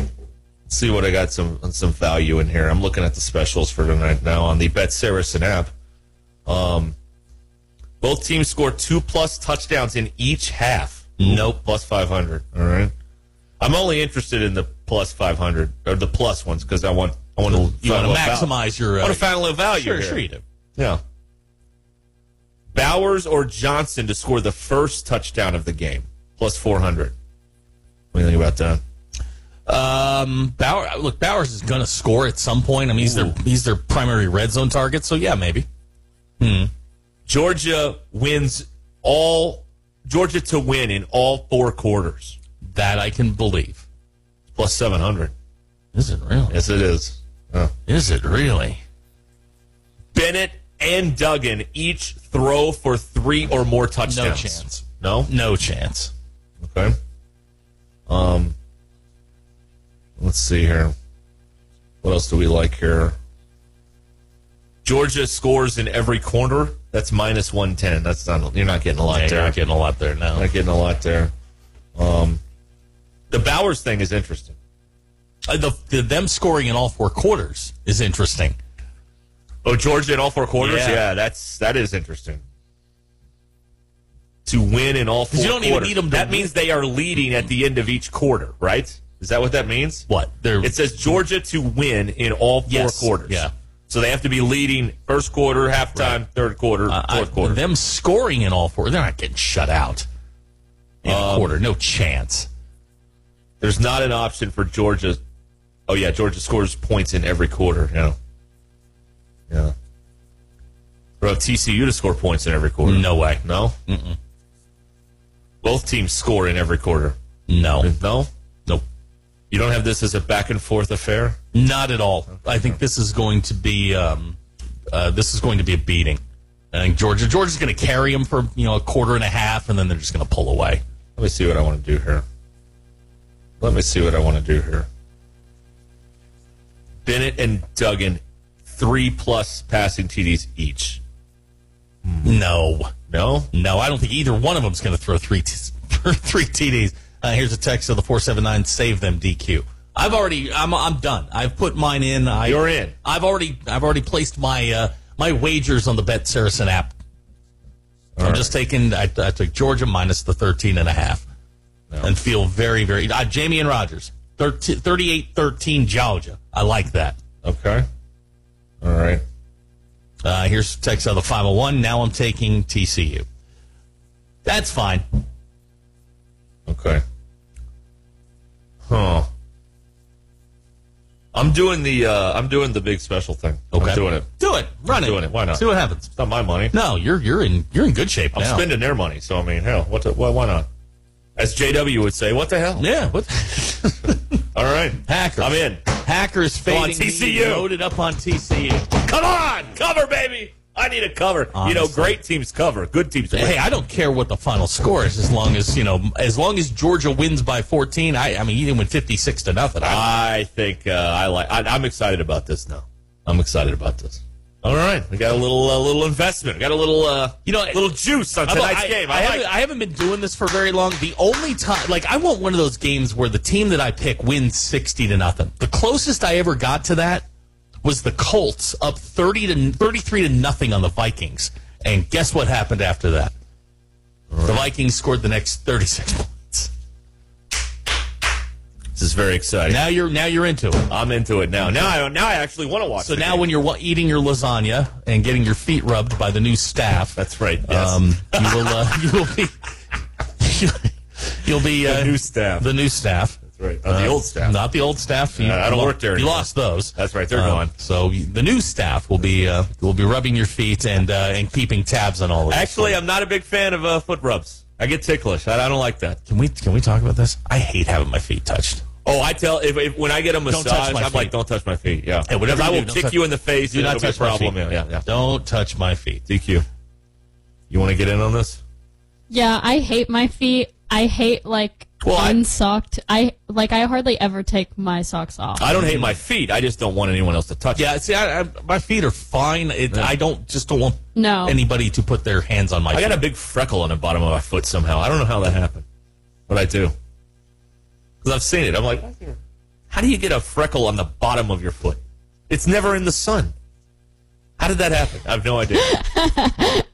[SPEAKER 1] Let's see what I got some some value in here. I'm looking at the specials for tonight now on the Bet Saracen app. Um, both teams score two plus touchdowns in each half.
[SPEAKER 2] Mm-hmm.
[SPEAKER 1] Nope, plus five hundred. All right. I'm only interested in the plus five hundred or the plus ones because I want I want to
[SPEAKER 2] You want to maximize your.
[SPEAKER 1] I
[SPEAKER 2] Uh,
[SPEAKER 1] want to find a value.
[SPEAKER 2] sure,
[SPEAKER 1] here.
[SPEAKER 2] sure you do.
[SPEAKER 1] Yeah. Bowers or Johnson to score the first touchdown of the game, plus 400. What do you think about that?
[SPEAKER 2] Um, Bauer, look, Bowers is going to score at some point. I mean, he's their he's their primary red zone target. So yeah, maybe. Hmm.
[SPEAKER 1] Georgia wins all, Georgia to win in all four quarters,
[SPEAKER 2] That I can believe.
[SPEAKER 1] plus 700.
[SPEAKER 2] Is it really?
[SPEAKER 1] Yes, it is. Yeah.
[SPEAKER 2] Is it really?
[SPEAKER 1] Bennett and Duggan each throw for three or more touchdowns.
[SPEAKER 2] chance.
[SPEAKER 1] No?
[SPEAKER 2] No chance.
[SPEAKER 1] Okay. Um, let's see here. What else do we like here? Georgia scores in every corner. That's minus one ten. That's not. You're not getting a lot
[SPEAKER 2] Yeah,
[SPEAKER 1] there.
[SPEAKER 2] you're not getting a lot there now.
[SPEAKER 1] Not getting a lot there. Um, the Bowers thing is interesting.
[SPEAKER 2] Uh, the, the them scoring in all four quarters is interesting.
[SPEAKER 1] Oh, Georgia in all four quarters.
[SPEAKER 2] Yeah.
[SPEAKER 1] Yeah, that's that is interesting. To win in all four,
[SPEAKER 2] 'Cause you don't even
[SPEAKER 1] quarters.
[SPEAKER 2] need 'em to
[SPEAKER 1] That
[SPEAKER 2] win.
[SPEAKER 1] means they are leading at the end of each quarter, right? Is that what that means?
[SPEAKER 2] What? They're
[SPEAKER 1] It says Georgia to win in all four
[SPEAKER 2] Yes,
[SPEAKER 1] quarters.
[SPEAKER 2] yeah.
[SPEAKER 1] So they have to be leading first quarter, halftime, third quarter,
[SPEAKER 2] uh, I-
[SPEAKER 1] fourth quarter.
[SPEAKER 2] Them scoring in all four. They're not getting shut out in a quarter. No chance.
[SPEAKER 1] Um, There's not an option for Georgia. Oh yeah, Georgia scores points in every quarter. Yeah. Yeah. Or have TCU to score points in every quarter.
[SPEAKER 2] No way.
[SPEAKER 1] No. Mm-mm. Both teams score in every quarter.
[SPEAKER 2] No.
[SPEAKER 1] No.
[SPEAKER 2] Nope.
[SPEAKER 1] You don't have this as a back and forth affair.
[SPEAKER 2] Not at all. I think this is going to be um, uh, this is going to be a beating. I think Georgia Georgia's going to carry them for you know a quarter and a half, and then they're just going to pull away.
[SPEAKER 1] Let me see what I want to do here. Let me see what I want to do here. Bennett and Duggan, three plus passing TDs each. Hmm.
[SPEAKER 2] No,
[SPEAKER 1] No?
[SPEAKER 2] no, I don't think either one of them's going to throw three t- three TDs. Uh, here's a text of the four seven nine. Save them, DQ. I've already. I'm. I'm done. I've put mine in. I,
[SPEAKER 1] You're in.
[SPEAKER 2] I've already. I've already placed my uh, my wagers on the Bet Saracen app. I'm just taking. I, I took Georgia minus the 13 and a half, and feel very very. Uh, Jamie and Rogers 13, 38-13 Georgia. I like that.
[SPEAKER 1] Okay. All right.
[SPEAKER 2] Uh, here's text out of the 501. Now I'm taking TCU. That's fine.
[SPEAKER 1] Okay. Huh. I'm doing the uh, I'm doing the big special thing.
[SPEAKER 2] Okay.
[SPEAKER 1] I'm doing it.
[SPEAKER 2] Do it. Run it.
[SPEAKER 1] doing it. Why not?
[SPEAKER 2] See what happens.
[SPEAKER 1] It's not my money.
[SPEAKER 2] No, you're you're in you're in good shape
[SPEAKER 1] I'm
[SPEAKER 2] now.
[SPEAKER 1] spending their money, so I mean, hell, what? The, why, why not? As JW would say, what the hell?
[SPEAKER 2] Yeah. What?
[SPEAKER 1] All right,
[SPEAKER 2] Hackers.
[SPEAKER 1] I'm in.
[SPEAKER 2] Hackers
[SPEAKER 1] on,
[SPEAKER 2] fading. lead,
[SPEAKER 1] TCU.
[SPEAKER 2] Loaded up on TCU.
[SPEAKER 1] Come on, cover, baby. I need a cover. You know,
[SPEAKER 2] Honestly.
[SPEAKER 1] great teams cover. Good teams. win.
[SPEAKER 2] Hey, I don't care what the final score is, as long as you know, as long as Georgia wins by fourteen. I, I mean, you didn't win fifty six to nothing. I,
[SPEAKER 1] I think uh, I like. I, I'm excited about this now. I'm excited about this. All right, we got a little uh, little investment. We got a little uh,
[SPEAKER 2] you know,
[SPEAKER 1] little juice on
[SPEAKER 2] I'm a-
[SPEAKER 1] tonight's game. I, like.
[SPEAKER 2] haven't, I haven't been doing this for very long. The only time, like, I want one of those games where the team that I pick wins sixty to nothing. The closest I ever got to that was the Colts up thirty to thirty three to nothing on the Vikings, and guess what happened after that? The Vikings scored the next thirty six points.
[SPEAKER 1] this is very exciting.
[SPEAKER 2] Now you're now you're into it.
[SPEAKER 1] I'm into it now. Now I don't. Now I actually want to watch.
[SPEAKER 2] So
[SPEAKER 1] the
[SPEAKER 2] now,
[SPEAKER 1] game.
[SPEAKER 2] when you're wa- eating your lasagna and getting your feet rubbed by the new staff,
[SPEAKER 1] that's right. Yes.
[SPEAKER 2] um, you will uh, you will be you'll be uh,
[SPEAKER 1] the new staff.
[SPEAKER 2] the new staff.
[SPEAKER 1] that's right. Uh, the
[SPEAKER 2] Uh,
[SPEAKER 1] old staff.
[SPEAKER 2] not the old staff. You,
[SPEAKER 1] Uh, I don't
[SPEAKER 2] you
[SPEAKER 1] work
[SPEAKER 2] lo-
[SPEAKER 1] there
[SPEAKER 2] You
[SPEAKER 1] anymore.
[SPEAKER 2] lost those.
[SPEAKER 1] That's right, they're
[SPEAKER 2] Uh,
[SPEAKER 1] gone.
[SPEAKER 2] So you- the new staff will be uh, will be rubbing your feet and uh, and keeping tabs on all of this.
[SPEAKER 1] Actually, I'm not a big fan of uh, foot rubs. I get ticklish. I, I don't like that.
[SPEAKER 2] can we can we talk about this? I hate having my feet touched.
[SPEAKER 1] Oh, I tell if, if when I get a
[SPEAKER 2] touch
[SPEAKER 1] massage,
[SPEAKER 2] my
[SPEAKER 1] I'm
[SPEAKER 2] feet.
[SPEAKER 1] like, don't touch my feet. Yeah,
[SPEAKER 2] Hey,
[SPEAKER 1] Because
[SPEAKER 2] whatever
[SPEAKER 1] I
[SPEAKER 2] you do,
[SPEAKER 1] will
[SPEAKER 2] don't
[SPEAKER 1] kick
[SPEAKER 2] touch-
[SPEAKER 1] you in the face.
[SPEAKER 2] Do
[SPEAKER 1] and
[SPEAKER 2] not
[SPEAKER 1] it'll be a
[SPEAKER 2] touch my feet.
[SPEAKER 1] problem. Yeah, yeah,
[SPEAKER 2] Don't touch my feet.
[SPEAKER 1] yeah. DQ. You want to get in on this?
[SPEAKER 4] Yeah, I hate my feet. I hate like
[SPEAKER 1] Well, I-
[SPEAKER 4] unsocked. I like I hardly ever take my socks off.
[SPEAKER 1] I don't hate my feet. I just don't want anyone else to touch.
[SPEAKER 2] Yeah, see, I, I, my feet are fine. It, I don't just don't want
[SPEAKER 4] No.
[SPEAKER 2] anybody to put their hands on my.
[SPEAKER 1] I
[SPEAKER 2] feet.
[SPEAKER 1] got a big freckle on the bottom of my foot somehow. I don't know how that happened, but I do. Because I've seen it. I'm like, how do you get a freckle on the bottom of your foot? It's never in the sun. How did that happen? I have no idea.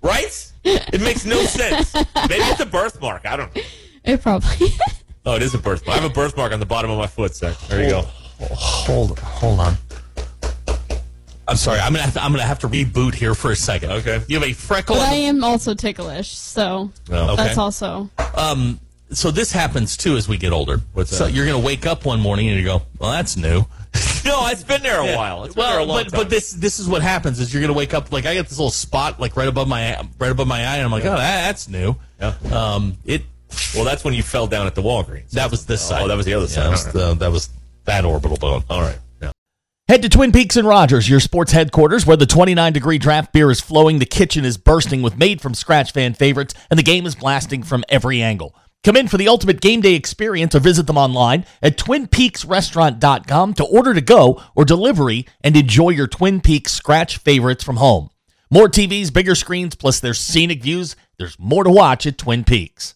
[SPEAKER 1] right? It makes no sense. Maybe it's a birthmark. I don't know.
[SPEAKER 4] It probably.
[SPEAKER 1] Oh, it is a birthmark. I have a birthmark on the bottom of my foot, Zach. There you go.
[SPEAKER 2] Oh, Hold, hold on. I'm sorry. I'm gonna have to, I'm gonna have to reboot here for a second.
[SPEAKER 1] Okay.
[SPEAKER 2] You have a freckle.
[SPEAKER 4] but
[SPEAKER 2] on
[SPEAKER 4] I
[SPEAKER 2] the-
[SPEAKER 4] am also ticklish, so
[SPEAKER 1] No.
[SPEAKER 4] that's also.
[SPEAKER 2] Um, so this happens too as we get older.
[SPEAKER 1] What's
[SPEAKER 2] So
[SPEAKER 1] that?
[SPEAKER 2] you're gonna wake up one morning and you go, well, that's new.
[SPEAKER 1] No, it's been there a while. It's been there a
[SPEAKER 2] Well,
[SPEAKER 1] long
[SPEAKER 2] but
[SPEAKER 1] time.
[SPEAKER 2] but this this is what happens is you're gonna wake up like I got this little spot like right above my right above my eye and I'm like, oh, that, that's new.
[SPEAKER 1] Yeah.
[SPEAKER 2] Um, it
[SPEAKER 1] well, that's when you fell down at the Walgreens. Oh,
[SPEAKER 2] that was this side.
[SPEAKER 1] that was the other
[SPEAKER 2] Yeah,
[SPEAKER 1] side.
[SPEAKER 2] That was, the, that was that orbital bone.
[SPEAKER 1] All right. Yeah.
[SPEAKER 5] Head to Twin Peaks and Rogers, your sports headquarters, where the 29 degree draft beer is flowing, the kitchen is bursting with made from scratch fan favorites, and the game is blasting from every angle. Come in for the ultimate game day experience or visit them online at twinpeaksrestaurant.com to order to go or delivery and enjoy your Twin Peaks scratch favorites from home. More TVs, bigger screens, plus their scenic views. There's more to watch at Twin Peaks.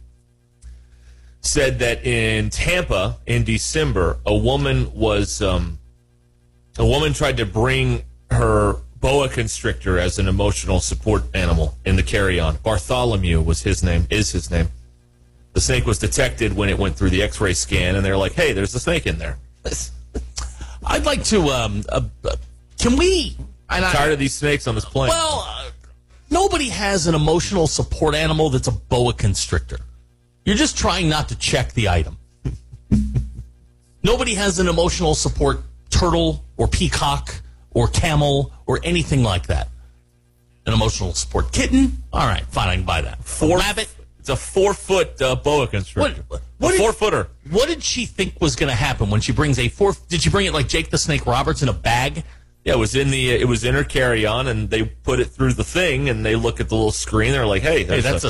[SPEAKER 1] said that in Tampa in December, a woman was um, a woman tried to bring her boa constrictor as an emotional support animal in the carry-on. Bartholomew was his name, is his name. The snake was detected when it went through the X-ray scan, and they're like, "Hey, there's a snake in there."
[SPEAKER 2] I'd like to. Um, uh, uh, can we? And I-
[SPEAKER 1] Tired of these snakes on this plane.
[SPEAKER 2] Well, uh, nobody has an emotional support animal that's a boa constrictor. You're just trying not to check the item. nobody has an emotional support turtle or peacock or camel or anything like that. An emotional support kitten? All right, fine, I can buy that. Four rabbit?
[SPEAKER 1] It's a four foot uh, boa constrictor.
[SPEAKER 2] What
[SPEAKER 1] a
[SPEAKER 2] did-
[SPEAKER 1] four footer.
[SPEAKER 2] What did she think was going to happen when she brings a four? Did she bring it like Jake the Snake Roberts in a bag?
[SPEAKER 1] Yeah, it was in the it was in her carry on, and they put it through the thing, and they look at the little screen. They're like, "Hey, there's
[SPEAKER 2] that's a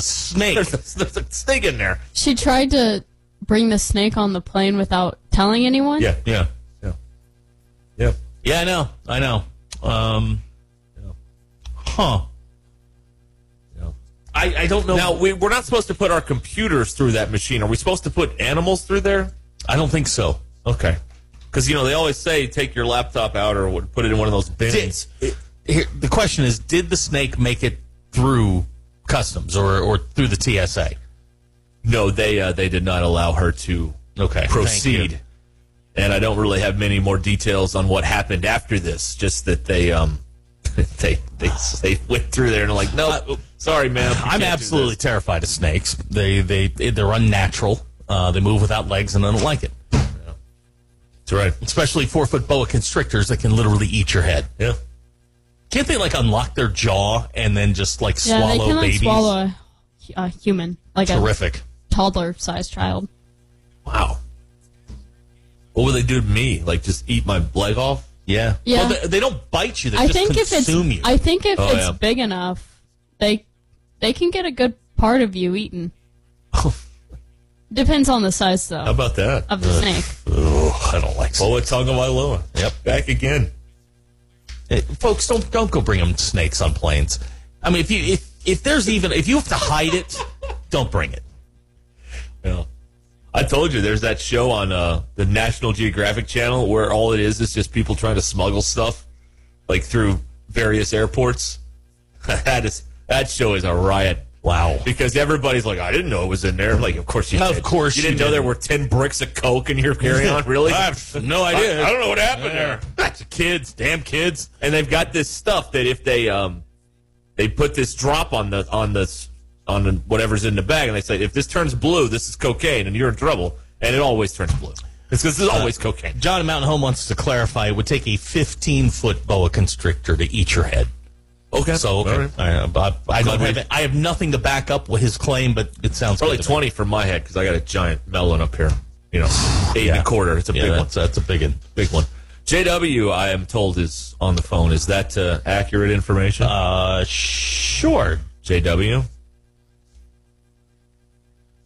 [SPEAKER 2] snake.
[SPEAKER 1] There's a, there's a snake in there."
[SPEAKER 4] She tried to bring the snake on the plane without telling anyone.
[SPEAKER 1] Yeah, yeah, yeah, yeah.
[SPEAKER 2] Yeah, I know. I know. Um, huh.
[SPEAKER 1] I, I don't know. Now we we're not supposed to put our computers through that machine. Are we supposed to put animals through there?
[SPEAKER 2] I don't think so.
[SPEAKER 1] Okay, because you know they always say take your laptop out or what- put it in one of those bins.
[SPEAKER 2] Did, here, the question is, did the snake make it through customs or, or through the TSA?
[SPEAKER 1] No, they uh, they did not allow her to
[SPEAKER 2] Okay,
[SPEAKER 1] proceed. And I don't really have many more details on what happened after this. Just that they um they they they went through there and like no, Uh, sorry, ma'am. you
[SPEAKER 2] I'm
[SPEAKER 1] can't do
[SPEAKER 2] absolutely terrified of snakes. They they they're unnatural. Uh, they move without legs, and I don't like it.
[SPEAKER 1] That's right.
[SPEAKER 2] Especially four foot boa constrictors that can literally eat your head.
[SPEAKER 1] Yeah.
[SPEAKER 2] Can't they like unlock their jaw and then just like
[SPEAKER 4] Yeah, they
[SPEAKER 2] swallow
[SPEAKER 4] cannot
[SPEAKER 2] babies?
[SPEAKER 4] swallow a, a human, like
[SPEAKER 2] Terrific.
[SPEAKER 4] a toddler-sized child.
[SPEAKER 1] Wow. What would they do to me? Like just eat my leg off?
[SPEAKER 2] Yeah.
[SPEAKER 4] Yeah.
[SPEAKER 2] Well, they, they don't bite you. They
[SPEAKER 4] I
[SPEAKER 2] just
[SPEAKER 4] think if it's,
[SPEAKER 2] consume you.
[SPEAKER 4] I think if
[SPEAKER 2] Oh,
[SPEAKER 4] it's
[SPEAKER 2] yeah.
[SPEAKER 4] big enough, they they can get a good part of you eaten. Depends on the size, though.
[SPEAKER 1] How about that?
[SPEAKER 4] Of the
[SPEAKER 1] Ugh.
[SPEAKER 4] snake.
[SPEAKER 1] Ugh, I don't like. Boa tonga wailoa.
[SPEAKER 2] Yep.
[SPEAKER 1] Back again.
[SPEAKER 2] Hey, folks, don't don't go bring them snakes on planes. I mean, if you if if there's even if you have to hide it, don't bring it.
[SPEAKER 1] Yeah. I told you there's that show on uh, the National Geographic Channel where all it is is just people trying to smuggle stuff like through various airports. that is that show is a riot.
[SPEAKER 2] Wow.
[SPEAKER 1] Because everybody's like, I didn't know it was in there. I'm like, of course you
[SPEAKER 2] Of
[SPEAKER 1] did.
[SPEAKER 2] course
[SPEAKER 1] you
[SPEAKER 2] you
[SPEAKER 1] didn't know there
[SPEAKER 2] didn't.
[SPEAKER 1] were ten bricks of coke in your carry-on. Really?
[SPEAKER 2] I have no
[SPEAKER 1] I-
[SPEAKER 2] idea.
[SPEAKER 1] I, don't know what happened
[SPEAKER 2] Yeah.
[SPEAKER 1] there. kids, damn kids. And they've got this stuff that if they um they put this drop on the on the on the, whatever's in the bag, and they say if this turns blue, this is cocaine, and you're in trouble. And it always turns blue. It's because it's always
[SPEAKER 2] Uh,
[SPEAKER 1] cocaine.
[SPEAKER 2] John at Mountain Home wants to clarify it would take a 15 foot boa constrictor to eat your head.
[SPEAKER 1] Okay.
[SPEAKER 2] So okay.
[SPEAKER 1] All right.
[SPEAKER 2] I, uh, I, I don't
[SPEAKER 1] Glad we-
[SPEAKER 2] have it- I have nothing to back up with his claim, but it sounds
[SPEAKER 1] Probably
[SPEAKER 2] good to me.
[SPEAKER 1] twenty for my head because I got a giant melon up here. You know, eight and a quarter. It's a
[SPEAKER 2] Yeah,
[SPEAKER 1] big one.
[SPEAKER 2] that's, that's a big one.
[SPEAKER 1] Big one. JW, I am told is on the phone. Is that uh, accurate information?
[SPEAKER 2] Uh, sure.
[SPEAKER 1] JW.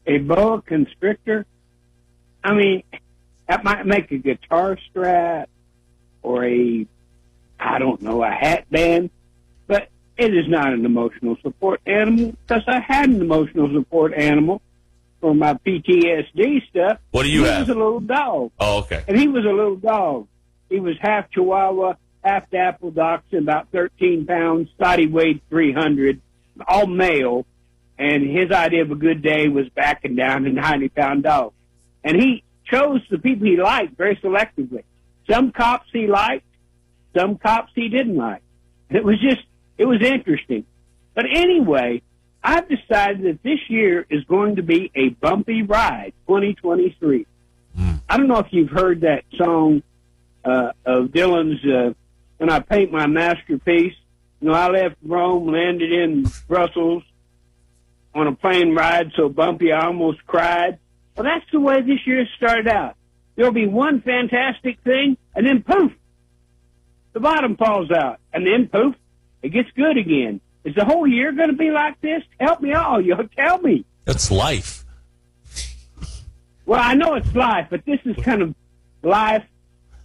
[SPEAKER 6] a boa constrictor. I mean, that might make a guitar strap or a, I don't know, a hat band, but it is not an emotional support animal because I had an emotional support animal for my PTSD stuff.
[SPEAKER 1] What do you
[SPEAKER 6] he
[SPEAKER 1] have?
[SPEAKER 6] was a little dog,
[SPEAKER 1] Oh, okay.
[SPEAKER 6] and he was a little dog. He was half Chihuahua, half Dapple Dachshund, about 13 pounds. Thought he weighed 300, all male and his idea of a good day was backing down a 90 pound dog. And he chose the people he liked very selectively. Some cops he liked, some cops he didn't like. It was just, it was interesting. But anyway, I've decided that this year is going to be a bumpy ride, 2023. I don't know if you've heard that song uh, of Dylan's uh, "When I Paint My Masterpiece." You know, I left Rome, landed in Brussels on a plane ride so bumpy I almost cried. Well, that's the way this year started out. There'll be one fantastic thing, and then poof, the bottom falls out, and then poof, it gets good again. Is the whole year going to be like this? Help me all, you tell me.
[SPEAKER 2] That's life.
[SPEAKER 6] Well, I know it's life, but this is kind of life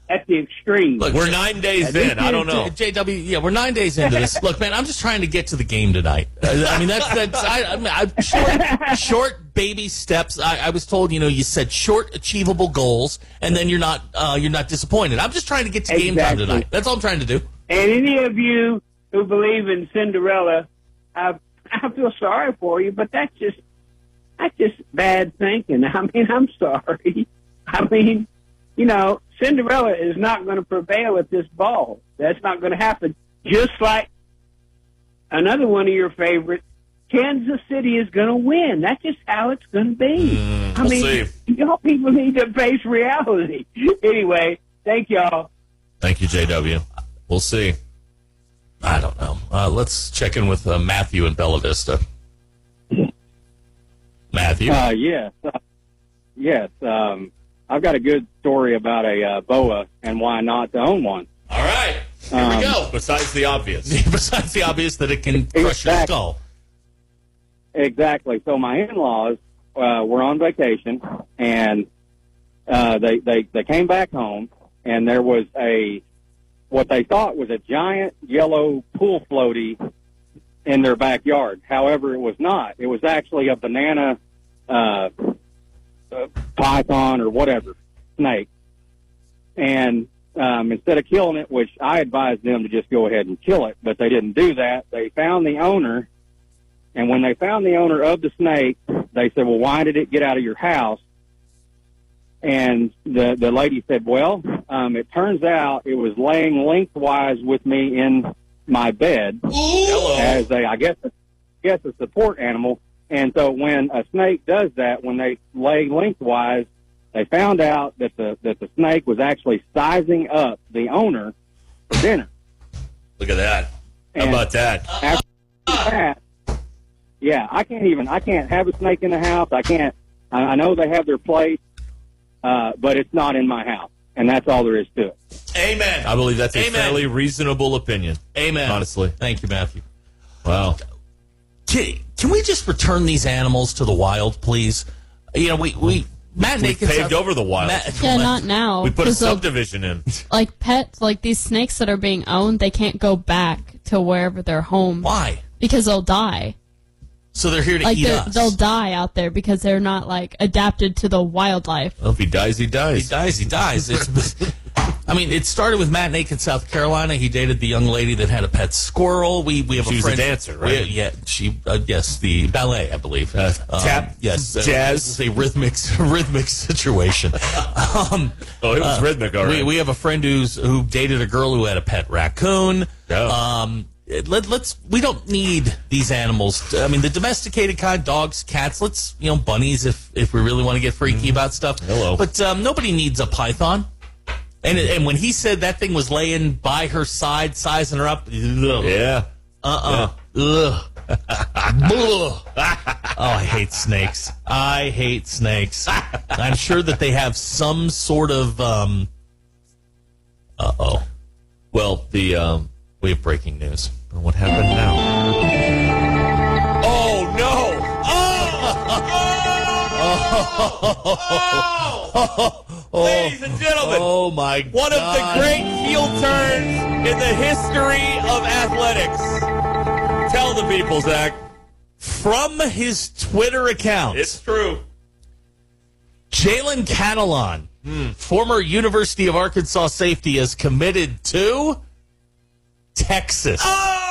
[SPEAKER 6] at the extreme.
[SPEAKER 1] Look, we're nine days in. I don't know.
[SPEAKER 2] J- JW, yeah, we're nine days into this. Look, man, I'm just trying to get to the game tonight. Uh, I mean, that's that's. I, I mean, I, short, short baby steps. I, I was told, you know, you said short, achievable goals, and then you're not uh, you're not disappointed. I'm just trying to get to game time
[SPEAKER 6] Exactly.
[SPEAKER 2] tonight. That's all I'm trying to do.
[SPEAKER 6] And any of you who believe in Cinderella, I I feel sorry for you, but that's just that's just bad thinking. I mean, I'm sorry. I mean, you know, Cinderella is not going to prevail at this ball. That's not going to happen. Just like another one of your favorites, Kansas City is going to win. That's just how it's going to be. I
[SPEAKER 1] we'll
[SPEAKER 2] Mm,
[SPEAKER 6] mean, y'all people need to face reality. anyway, thank y'all.
[SPEAKER 1] Thank you, JW. We'll see.
[SPEAKER 2] I don't know. Uh, let's check in with uh, Matthew in Bella Vista.
[SPEAKER 1] Matthew.
[SPEAKER 7] Uh, yes, uh, yes. Um, I've got a good story about a uh, boa and why not to own one.
[SPEAKER 1] All right,
[SPEAKER 2] here we go.
[SPEAKER 1] Um, Besides the obvious.
[SPEAKER 2] Besides the obvious that it can crush your
[SPEAKER 7] Exactly.
[SPEAKER 2] skull.
[SPEAKER 7] Exactly. So my in-laws uh, were on vacation, and uh, they they they came back home, and there was a what they thought was a giant yellow pool floaty in their backyard. However, it was not. It was actually a banana uh, uh, python or whatever snake, and. Um, instead of killing it, which I advised them to just go ahead and kill it, but they didn't do that. They found the owner and when they found the owner of the snake, they said, "Well, why did it get out of your house?" And the the lady said, "Well, um, it turns out it was laying lengthwise with me in my bed as a, I guess, guess a support animal." And so when a snake does that, when they lay lengthwise, they found out that the that the snake was actually sizing up the owner for dinner.
[SPEAKER 1] Look at that. How
[SPEAKER 7] And-
[SPEAKER 1] about that?
[SPEAKER 7] After that, yeah, I can't even. I can't have a snake in the house. I can't. I, I know they have their place, uh, but it's not in my house, and that's all there is to it.
[SPEAKER 2] Amen.
[SPEAKER 1] I believe that's a
[SPEAKER 2] Amen.
[SPEAKER 1] fairly reasonable opinion.
[SPEAKER 2] Amen.
[SPEAKER 1] Honestly.
[SPEAKER 2] Thank you, Matthew.
[SPEAKER 1] Wow.
[SPEAKER 2] Can, can we just return these animals to the wild, please? You know, we we Matt and
[SPEAKER 1] We
[SPEAKER 2] Nick have-
[SPEAKER 1] paved over the wild.
[SPEAKER 4] Yeah, not now.
[SPEAKER 1] We put a
[SPEAKER 4] 'cause they'll-
[SPEAKER 1] subdivision in.
[SPEAKER 4] like pets, like these snakes that are being owned, they can't go back to wherever they're home.
[SPEAKER 2] Why?
[SPEAKER 4] Because they'll die.
[SPEAKER 2] So they're here to
[SPEAKER 4] Like
[SPEAKER 2] eat
[SPEAKER 4] they're-
[SPEAKER 2] us.
[SPEAKER 4] they'll die out there because they're not like adapted to the wildlife.
[SPEAKER 1] Well, if he dies, he dies.
[SPEAKER 2] He dies. He dies. It's, I mean, it started with Matt Nake in South Carolina. He dated the young lady that had a pet squirrel. We we have
[SPEAKER 1] She
[SPEAKER 2] a
[SPEAKER 1] was a
[SPEAKER 2] friend,
[SPEAKER 1] dancer, right? Uh,
[SPEAKER 2] we- yeah, she uh, yes, the ballet, I believe. Um,
[SPEAKER 1] tap,
[SPEAKER 2] yes, uh,
[SPEAKER 1] jazz.
[SPEAKER 2] It's a rhythmic rhythmic situation. Um,
[SPEAKER 1] Oh, it was rhythmic, all
[SPEAKER 2] We,
[SPEAKER 1] right.
[SPEAKER 2] we have a friend who's who dated a girl who had a pet raccoon. Um, it- let, let's we don't need these animals. to- I mean, the domesticated kind, dogs, cats. Let's you know bunnies if if we really want to get
[SPEAKER 1] Mm-hmm.
[SPEAKER 2] freaky about stuff. Hello, but um, nobody needs a python. And and when he said that thing was laying by her side, sizing her up.
[SPEAKER 1] Yeah.
[SPEAKER 2] Uh uh. oh, I hate snakes. I hate snakes. I'm sure that they have some sort of. Um, uh oh.
[SPEAKER 1] Well, the um,
[SPEAKER 2] we have breaking news.
[SPEAKER 1] What happened now?
[SPEAKER 2] Oh no! Oh!
[SPEAKER 1] Ladies and gentlemen,
[SPEAKER 2] oh my!
[SPEAKER 1] One of the
[SPEAKER 2] God.
[SPEAKER 1] great heel turns in the history of athletics. Tell the people, Zach.
[SPEAKER 2] From his Twitter account,
[SPEAKER 1] true.
[SPEAKER 2] Jalen Catalon, former University of Arkansas safety, is committed to Texas.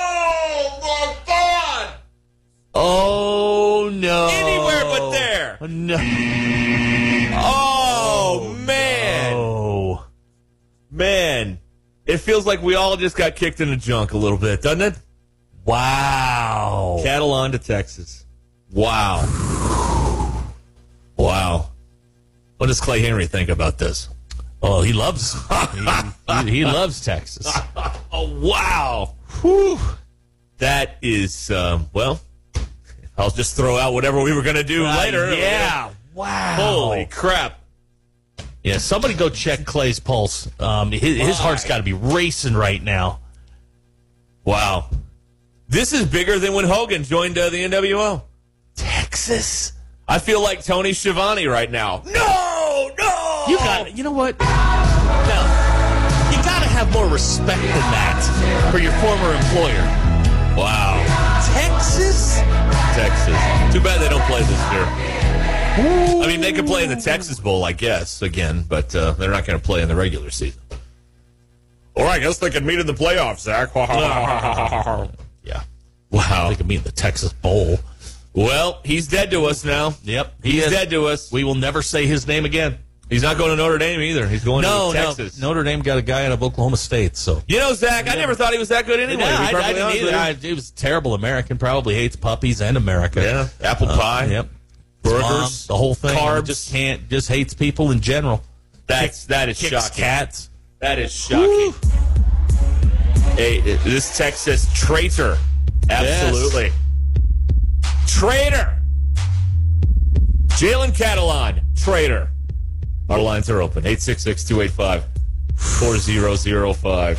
[SPEAKER 1] Oh my God!
[SPEAKER 2] Oh no!
[SPEAKER 1] Anywhere but there.
[SPEAKER 2] No.
[SPEAKER 1] Oh, man,
[SPEAKER 2] Oh.
[SPEAKER 1] man! It feels like we all just got kicked in the junk a little bit, doesn't it?
[SPEAKER 2] Wow.
[SPEAKER 1] Catalan to Texas. Wow. Wow. What does Clay Henry think about this?
[SPEAKER 2] Oh, he loves he, he- he loves Texas.
[SPEAKER 1] Oh, wow. Whew. That is, um, well, I'll just throw out whatever we were going to do
[SPEAKER 2] Uh,
[SPEAKER 1] later.
[SPEAKER 2] yeah. Wow.
[SPEAKER 1] Holy crap.
[SPEAKER 2] Yeah, somebody go check Clay's pulse. Um, his, his heart's got to be racing right now.
[SPEAKER 1] Wow. This is bigger than when Hogan joined uh, the NWO.
[SPEAKER 2] Texas.
[SPEAKER 1] I feel like Tony Schiavone right now. No, no.
[SPEAKER 2] You got. You know what? No, you got to have more respect than that for your former employer.
[SPEAKER 1] Wow.
[SPEAKER 2] Texas.
[SPEAKER 1] Texas. Too bad they don't play this year. I mean, they could play in the Texas Bowl, I guess, again, but uh, they're not going to play in the regular season. Or I guess they could meet in the playoffs, Zach.
[SPEAKER 2] Yeah.
[SPEAKER 1] wow.
[SPEAKER 2] They could meet in the Texas Bowl.
[SPEAKER 1] Well, he's dead to us now.
[SPEAKER 2] Yep. He
[SPEAKER 1] He's
[SPEAKER 2] is.
[SPEAKER 1] dead to us.
[SPEAKER 2] We will never say his name again.
[SPEAKER 1] He's not going to Notre Dame either. He's going
[SPEAKER 2] No,
[SPEAKER 1] to
[SPEAKER 2] no.
[SPEAKER 1] Texas.
[SPEAKER 2] Notre Dame got a guy out of Oklahoma State, so
[SPEAKER 1] You know, Zach, I never thought he was that good anyway. to be
[SPEAKER 2] Yeah, I, I
[SPEAKER 1] perfectly
[SPEAKER 2] didn't
[SPEAKER 1] honest with
[SPEAKER 2] either.
[SPEAKER 1] you.
[SPEAKER 2] I, he was a terrible American. Probably hates puppies and America. Uh,
[SPEAKER 1] yeah, apple pie,
[SPEAKER 2] Yep.
[SPEAKER 1] burgers,
[SPEAKER 2] Mom, the whole thing.
[SPEAKER 1] carbs.
[SPEAKER 2] Just can't. Just hates people in general.
[SPEAKER 1] That's that is
[SPEAKER 2] Kicks
[SPEAKER 1] shocking.
[SPEAKER 2] cats.
[SPEAKER 1] That is shocking. Hey, this Texas traitor, absolutely traitor. Jalen Catalon, traitor. Our lines are open 866 285 4005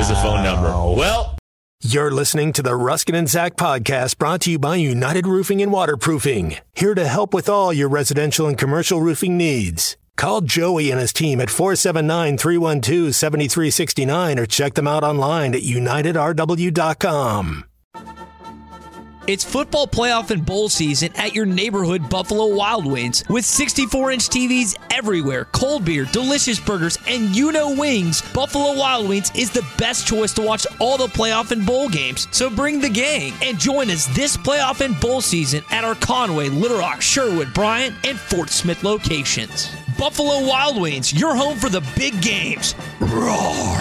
[SPEAKER 1] is the phone number. Well,
[SPEAKER 8] You're listening to the Ruskin and Zach podcast brought to you by United Roofing and Waterproofing, here to help with all your residential and commercial roofing needs. Call Joey and his team at 479 312 7369 or check them out online at unitedrw.com.
[SPEAKER 9] It's football playoff and bowl season at your neighborhood Buffalo Wild Wings with 64 inch TVs everywhere, cold beer, delicious burgers, and you know wings. Buffalo Wild Wings is the best choice to watch all the playoff and bowl games. So bring the gang and join us this playoff and bowl season at our Conway, Little Rock, Sherwood, Bryant, and Fort Smith locations. Buffalo Wild Wings, your home for the big games. Roar!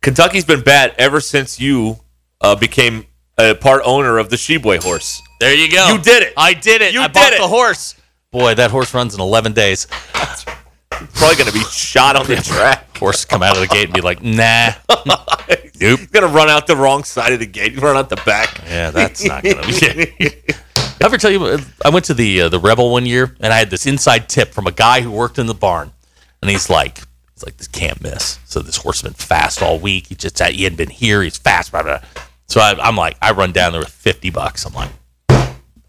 [SPEAKER 1] Kentucky's been bad ever since you uh, became a part owner of the Sheboy horse.
[SPEAKER 2] There you go.
[SPEAKER 1] You did it.
[SPEAKER 2] I did it.
[SPEAKER 1] You
[SPEAKER 2] I
[SPEAKER 1] did
[SPEAKER 2] bought
[SPEAKER 1] it.
[SPEAKER 2] the horse. Boy, that horse runs in 11 days.
[SPEAKER 1] Probably going to be shot on the track.
[SPEAKER 2] Horse come out of the gate and be like, nah.
[SPEAKER 1] nope. He's going to run out the wrong side of the gate. He's run out the back.
[SPEAKER 2] Yeah, that's not going to be. I ever tell you, I went to the uh, the Rebel one year, and I had this inside tip from a guy who worked in the barn, and he's like, he's like, this can't miss. So this horse has been fast all week. He just he hadn't been here. He's fast. Blah, blah. So I, I'm like, I run down there with fifty bucks. I'm like,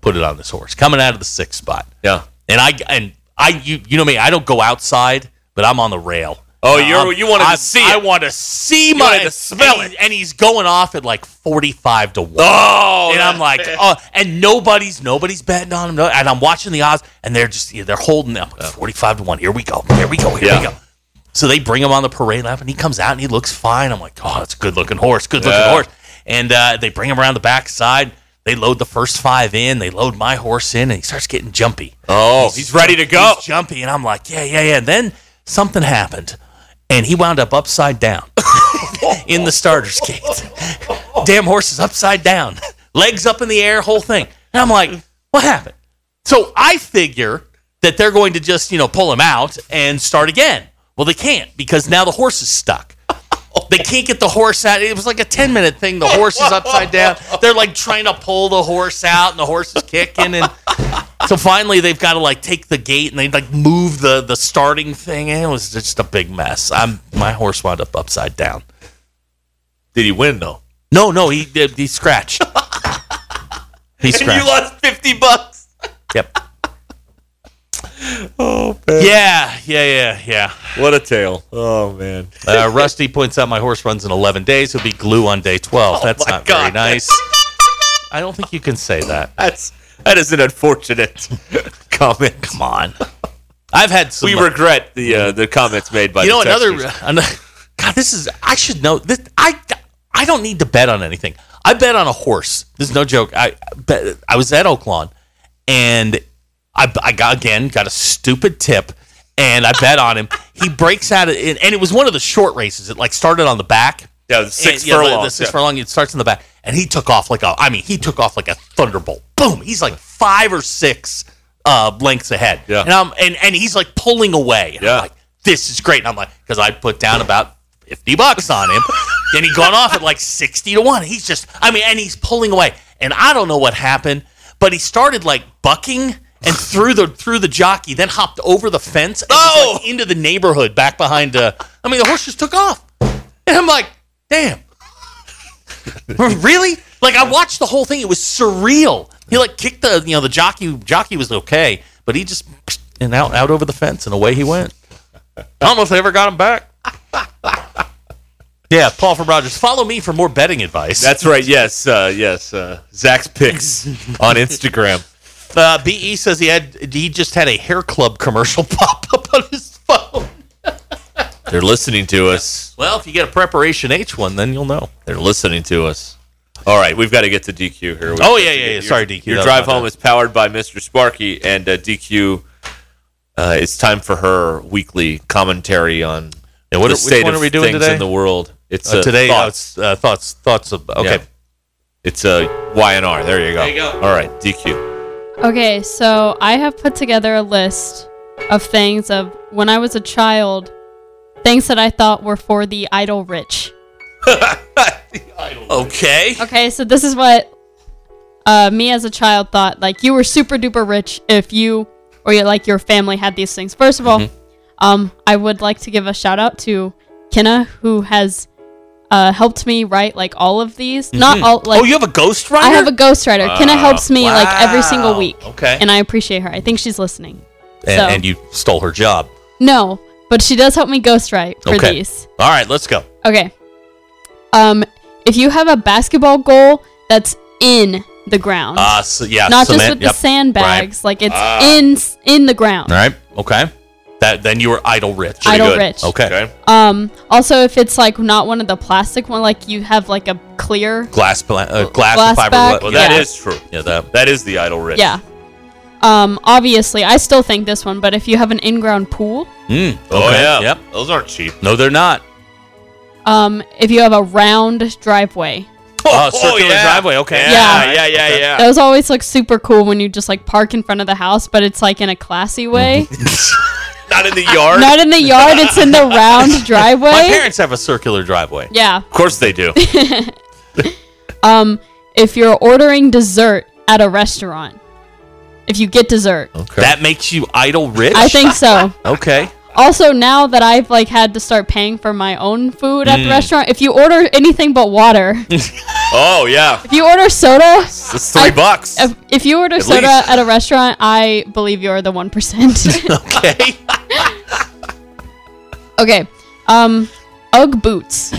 [SPEAKER 2] put it on this horse coming out of the sixth spot.
[SPEAKER 1] Yeah,
[SPEAKER 2] and I and I you you know me, I don't go outside, but I'm on the rail.
[SPEAKER 1] Oh,
[SPEAKER 2] Uh,
[SPEAKER 1] you're-
[SPEAKER 2] I'm-
[SPEAKER 1] you wanted to
[SPEAKER 2] I-
[SPEAKER 1] see
[SPEAKER 2] I
[SPEAKER 1] it.
[SPEAKER 2] want to see
[SPEAKER 1] You
[SPEAKER 2] my
[SPEAKER 1] wanted to smell
[SPEAKER 2] and, it. And he's going off at like 45 to 1.
[SPEAKER 1] Oh,
[SPEAKER 2] and I'm like, oh, and nobody's nobody's betting on him. No, and I'm watching the odds and they're just they're holding them 45 to 1. Here we go. Here we go. Here we go. So they bring him on the parade lap and he comes out and he looks fine. I'm like, oh, that's a good looking horse. Good looking
[SPEAKER 1] Yeah.
[SPEAKER 2] horse. And uh, they bring him around the backside. They load the first five in. They load my horse in, and he starts getting jumpy.
[SPEAKER 1] Oh, he's ready to go.
[SPEAKER 2] He's jumpy, and I'm like, yeah, yeah, yeah. And then something happened, and he wound up upside down in the starter's gate. Damn horse is upside down, legs up in the air, whole thing. And I'm like, what happened? So I figure that they're going to just you know pull him out and start again. Well, they can't because now the horse is stuck. They can't get the horse out. It was like a 10 minute thing. The horse is upside down. They're like trying to pull the horse out and the horse is kicking and so finally they've got to like take the gate and they like move the the starting thing and it was just a big mess. I'm my horse wound up upside down.
[SPEAKER 1] Did he win though?
[SPEAKER 2] No, no, he did he scratched. he
[SPEAKER 1] And you
[SPEAKER 2] scratched.
[SPEAKER 1] lost 50 bucks.
[SPEAKER 2] Yep.
[SPEAKER 1] Oh,
[SPEAKER 2] yeah, yeah, yeah, yeah.
[SPEAKER 1] What a tale. Oh man.
[SPEAKER 2] Uh, Rusty points out my horse runs in 11 days. He'll be glue on day 12.
[SPEAKER 1] Oh,
[SPEAKER 2] That's
[SPEAKER 1] my
[SPEAKER 2] not very
[SPEAKER 1] God.
[SPEAKER 2] nice. I don't think you can say that.
[SPEAKER 1] That's that is an unfortunate comment.
[SPEAKER 2] Come on. I've had some.
[SPEAKER 1] We regret the uh, the comments made by
[SPEAKER 2] you know
[SPEAKER 1] the
[SPEAKER 2] another,
[SPEAKER 1] texters.
[SPEAKER 2] another. God, this is. I should know this. I I don't need to bet on anything. I bet on a horse. This is no joke. I bet, I was at Oaklawn, and I I got again got a stupid tip, and I bet on him. He breaks out, of, and it was one of the short races. It like started on the back.
[SPEAKER 1] Yeah, the six
[SPEAKER 2] And, yeah, the-
[SPEAKER 1] furlongs,
[SPEAKER 2] the six
[SPEAKER 1] yeah.
[SPEAKER 2] furlong. It starts in the back, and he took off like a. I mean, he took off like a thunderbolt. Boom! He's like five or six uh, lengths ahead. Yeah. And I'm and, and he's like pulling away. And yeah. I'm like, this is great. And I'm like, because I put down about fifty bucks on him. then he gone off at like sixty to one. He's just. I mean, and he's pulling away. And I don't know what happened, but he started like bucking. And through the through the jockey, then hopped over the fence and was, like, into the neighborhood back behind. Uh, I mean, the horse just took off. And I'm like, damn. really? Like I watched the whole thing. It was surreal. He like kicked the you know, the jockey jockey was okay, but he just and out out over the fence and away he went. I don't know if they ever got him back. yeah, Paul from Rogers. Follow me for more betting advice.
[SPEAKER 1] That's right. Yes, uh, yes. Uh, Zach's picks on Instagram.
[SPEAKER 2] Uh, Be says he had he just had a hair club commercial pop up on his phone.
[SPEAKER 1] They're listening to us.
[SPEAKER 2] Well, if you get a preparation H one, then you'll know.
[SPEAKER 1] They're listening to us. All right, we've got to get to DQ here. We've got
[SPEAKER 2] Oh, yeah,
[SPEAKER 1] to
[SPEAKER 2] yeah,
[SPEAKER 1] get-
[SPEAKER 2] yeah.
[SPEAKER 1] your-
[SPEAKER 2] Sorry, DQ. That
[SPEAKER 1] Your
[SPEAKER 2] was
[SPEAKER 1] drive
[SPEAKER 2] my
[SPEAKER 1] home
[SPEAKER 2] bad.
[SPEAKER 1] is powered by Mr. Sparky and uh, DQ. Uh, it's time for her weekly commentary on
[SPEAKER 2] Yeah, what
[SPEAKER 1] the
[SPEAKER 2] are- which
[SPEAKER 1] state
[SPEAKER 2] one
[SPEAKER 1] of
[SPEAKER 2] are we doing
[SPEAKER 1] things
[SPEAKER 2] today?
[SPEAKER 1] in the world. It's
[SPEAKER 2] Uh,
[SPEAKER 1] uh,
[SPEAKER 2] today, uh,
[SPEAKER 1] thoughts.
[SPEAKER 2] it's, uh, thoughts, thoughts of okay.
[SPEAKER 1] Yeah. It's a uh, Y&R. There you go.
[SPEAKER 2] There you go.
[SPEAKER 1] All right, DQ.
[SPEAKER 4] Okay, so I have put together a list of things of when I was a child, things that I thought were for the idle rich.
[SPEAKER 2] Okay.
[SPEAKER 4] Okay, so this is what uh, me as a child thought like you were super duper rich if you or your, like your family had these things. First of all,
[SPEAKER 2] Mm-hmm.
[SPEAKER 4] um, I would like to give a shout out to Kenna who has uh, helped me write like all of these. Not
[SPEAKER 2] Mhm.
[SPEAKER 4] all. Like,
[SPEAKER 2] oh, you have a ghostwriter?
[SPEAKER 4] I have a ghostwriter. Kenna
[SPEAKER 2] Wow.
[SPEAKER 4] helps me like every single
[SPEAKER 2] Wow.
[SPEAKER 4] week.
[SPEAKER 2] Okay.
[SPEAKER 4] And I appreciate her. I think she's listening.
[SPEAKER 2] and,
[SPEAKER 4] so-
[SPEAKER 2] and you stole her job.
[SPEAKER 4] No, but she does help me ghostwrite for
[SPEAKER 2] okay.
[SPEAKER 4] these.
[SPEAKER 2] All right, let's go.
[SPEAKER 4] Okay. Um, if you have a basketball goal that's in the ground,
[SPEAKER 2] Uh, so, yeah,
[SPEAKER 4] Um, not just
[SPEAKER 2] cement,
[SPEAKER 4] with the
[SPEAKER 2] yep,
[SPEAKER 4] sandbags, like it's
[SPEAKER 2] Ah.
[SPEAKER 4] in in the ground.
[SPEAKER 2] All right, okay. That then you were idle rich.
[SPEAKER 4] Pretty Idle good. rich.
[SPEAKER 2] Okay.
[SPEAKER 4] Um, also if it's like not one of the plastic one, like you have like a clear.
[SPEAKER 2] Glass, pla- uh, glass,
[SPEAKER 4] glass
[SPEAKER 2] and fiber.
[SPEAKER 4] back,
[SPEAKER 2] Well,
[SPEAKER 4] Well, that yeah.
[SPEAKER 2] is true. Yeah, that, that is the idle rich.
[SPEAKER 4] Yeah. Um, obviously, I still think this one, but if you have an in-ground pool,
[SPEAKER 2] Mm,
[SPEAKER 1] Oh,
[SPEAKER 2] okay,
[SPEAKER 1] yeah.
[SPEAKER 2] Yep.
[SPEAKER 1] Those aren't cheap.
[SPEAKER 2] No, they're not.
[SPEAKER 4] um, if you have a round driveway,
[SPEAKER 2] Oh, circular
[SPEAKER 1] yeah.
[SPEAKER 2] driveway. Okay.
[SPEAKER 4] Yeah.
[SPEAKER 2] Yeah. Yeah. Yeah. yeah.
[SPEAKER 4] those always look super cool when you just like park in front of the house, but it's like in a classy way.
[SPEAKER 2] Not in the yard.
[SPEAKER 4] Not in the yard; it's in the round driveway.
[SPEAKER 2] My parents have a circular driveway.
[SPEAKER 4] Yeah.
[SPEAKER 2] Of course they do.
[SPEAKER 4] um, if you're ordering dessert at a restaurant, if you get dessert,
[SPEAKER 2] That makes you idle rich.
[SPEAKER 4] I think so.
[SPEAKER 2] Okay.
[SPEAKER 4] Also, now that I've like had to start paying for my own food at the
[SPEAKER 2] Mm.
[SPEAKER 4] restaurant, if you order anything but water,
[SPEAKER 2] Oh yeah.
[SPEAKER 4] if you order soda,
[SPEAKER 2] It's three bucks.
[SPEAKER 4] if, if you order
[SPEAKER 2] At
[SPEAKER 4] soda
[SPEAKER 2] least.
[SPEAKER 4] at a restaurant, I believe you're the one percent.
[SPEAKER 2] okay.
[SPEAKER 4] okay. Um, UGG boots.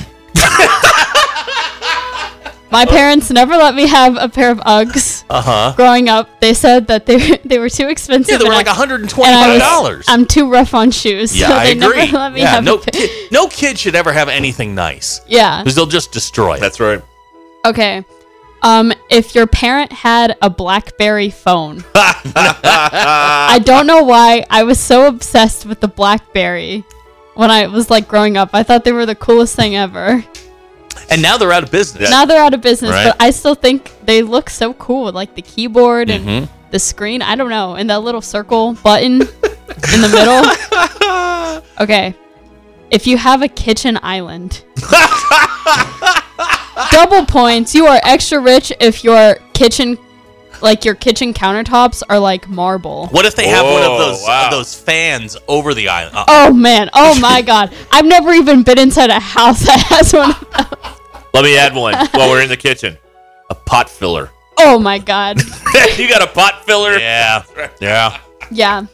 [SPEAKER 4] my
[SPEAKER 2] Oh.
[SPEAKER 4] parents never let me have a pair of Uggs.
[SPEAKER 2] Uh huh.
[SPEAKER 4] growing up, they said that they they were too expensive.
[SPEAKER 2] Yeah, they were
[SPEAKER 4] and
[SPEAKER 2] like
[SPEAKER 4] I-
[SPEAKER 2] $125.
[SPEAKER 4] and I was- I'm too rough on shoes.
[SPEAKER 2] Yeah,
[SPEAKER 4] so
[SPEAKER 2] I
[SPEAKER 4] they
[SPEAKER 2] agree.
[SPEAKER 4] Never let me
[SPEAKER 2] yeah.
[SPEAKER 4] have
[SPEAKER 2] No
[SPEAKER 4] a pair.
[SPEAKER 2] kid. No kid should ever have anything nice.
[SPEAKER 4] Yeah.
[SPEAKER 2] Because they'll just destroy. That's right.
[SPEAKER 4] Okay. Um, if your parent had a BlackBerry phone, I don't know why I was so obsessed with the BlackBerry when I was like growing up. I thought they were the coolest thing ever.
[SPEAKER 2] And now they're out of business.
[SPEAKER 4] Now they're out of business,
[SPEAKER 2] Right.
[SPEAKER 4] but I still think they look so cool, like the keyboard and
[SPEAKER 2] Mhm.
[SPEAKER 4] the screen. I don't know, and that little circle button in the middle. Okay, if you have a kitchen island, double points. You are extra rich if your kitchen, like your kitchen countertops, are like marble.
[SPEAKER 2] What if they have one of
[SPEAKER 1] Whoa,
[SPEAKER 2] those of those fans over the island? Uh,
[SPEAKER 4] Oh man! Oh my God! I've never even been inside a house that has one.
[SPEAKER 1] Let me add one while we're in the kitchen. A pot filler.
[SPEAKER 4] Oh my God!
[SPEAKER 1] you got a pot filler? Yeah.
[SPEAKER 2] Yeah.
[SPEAKER 4] Yeah,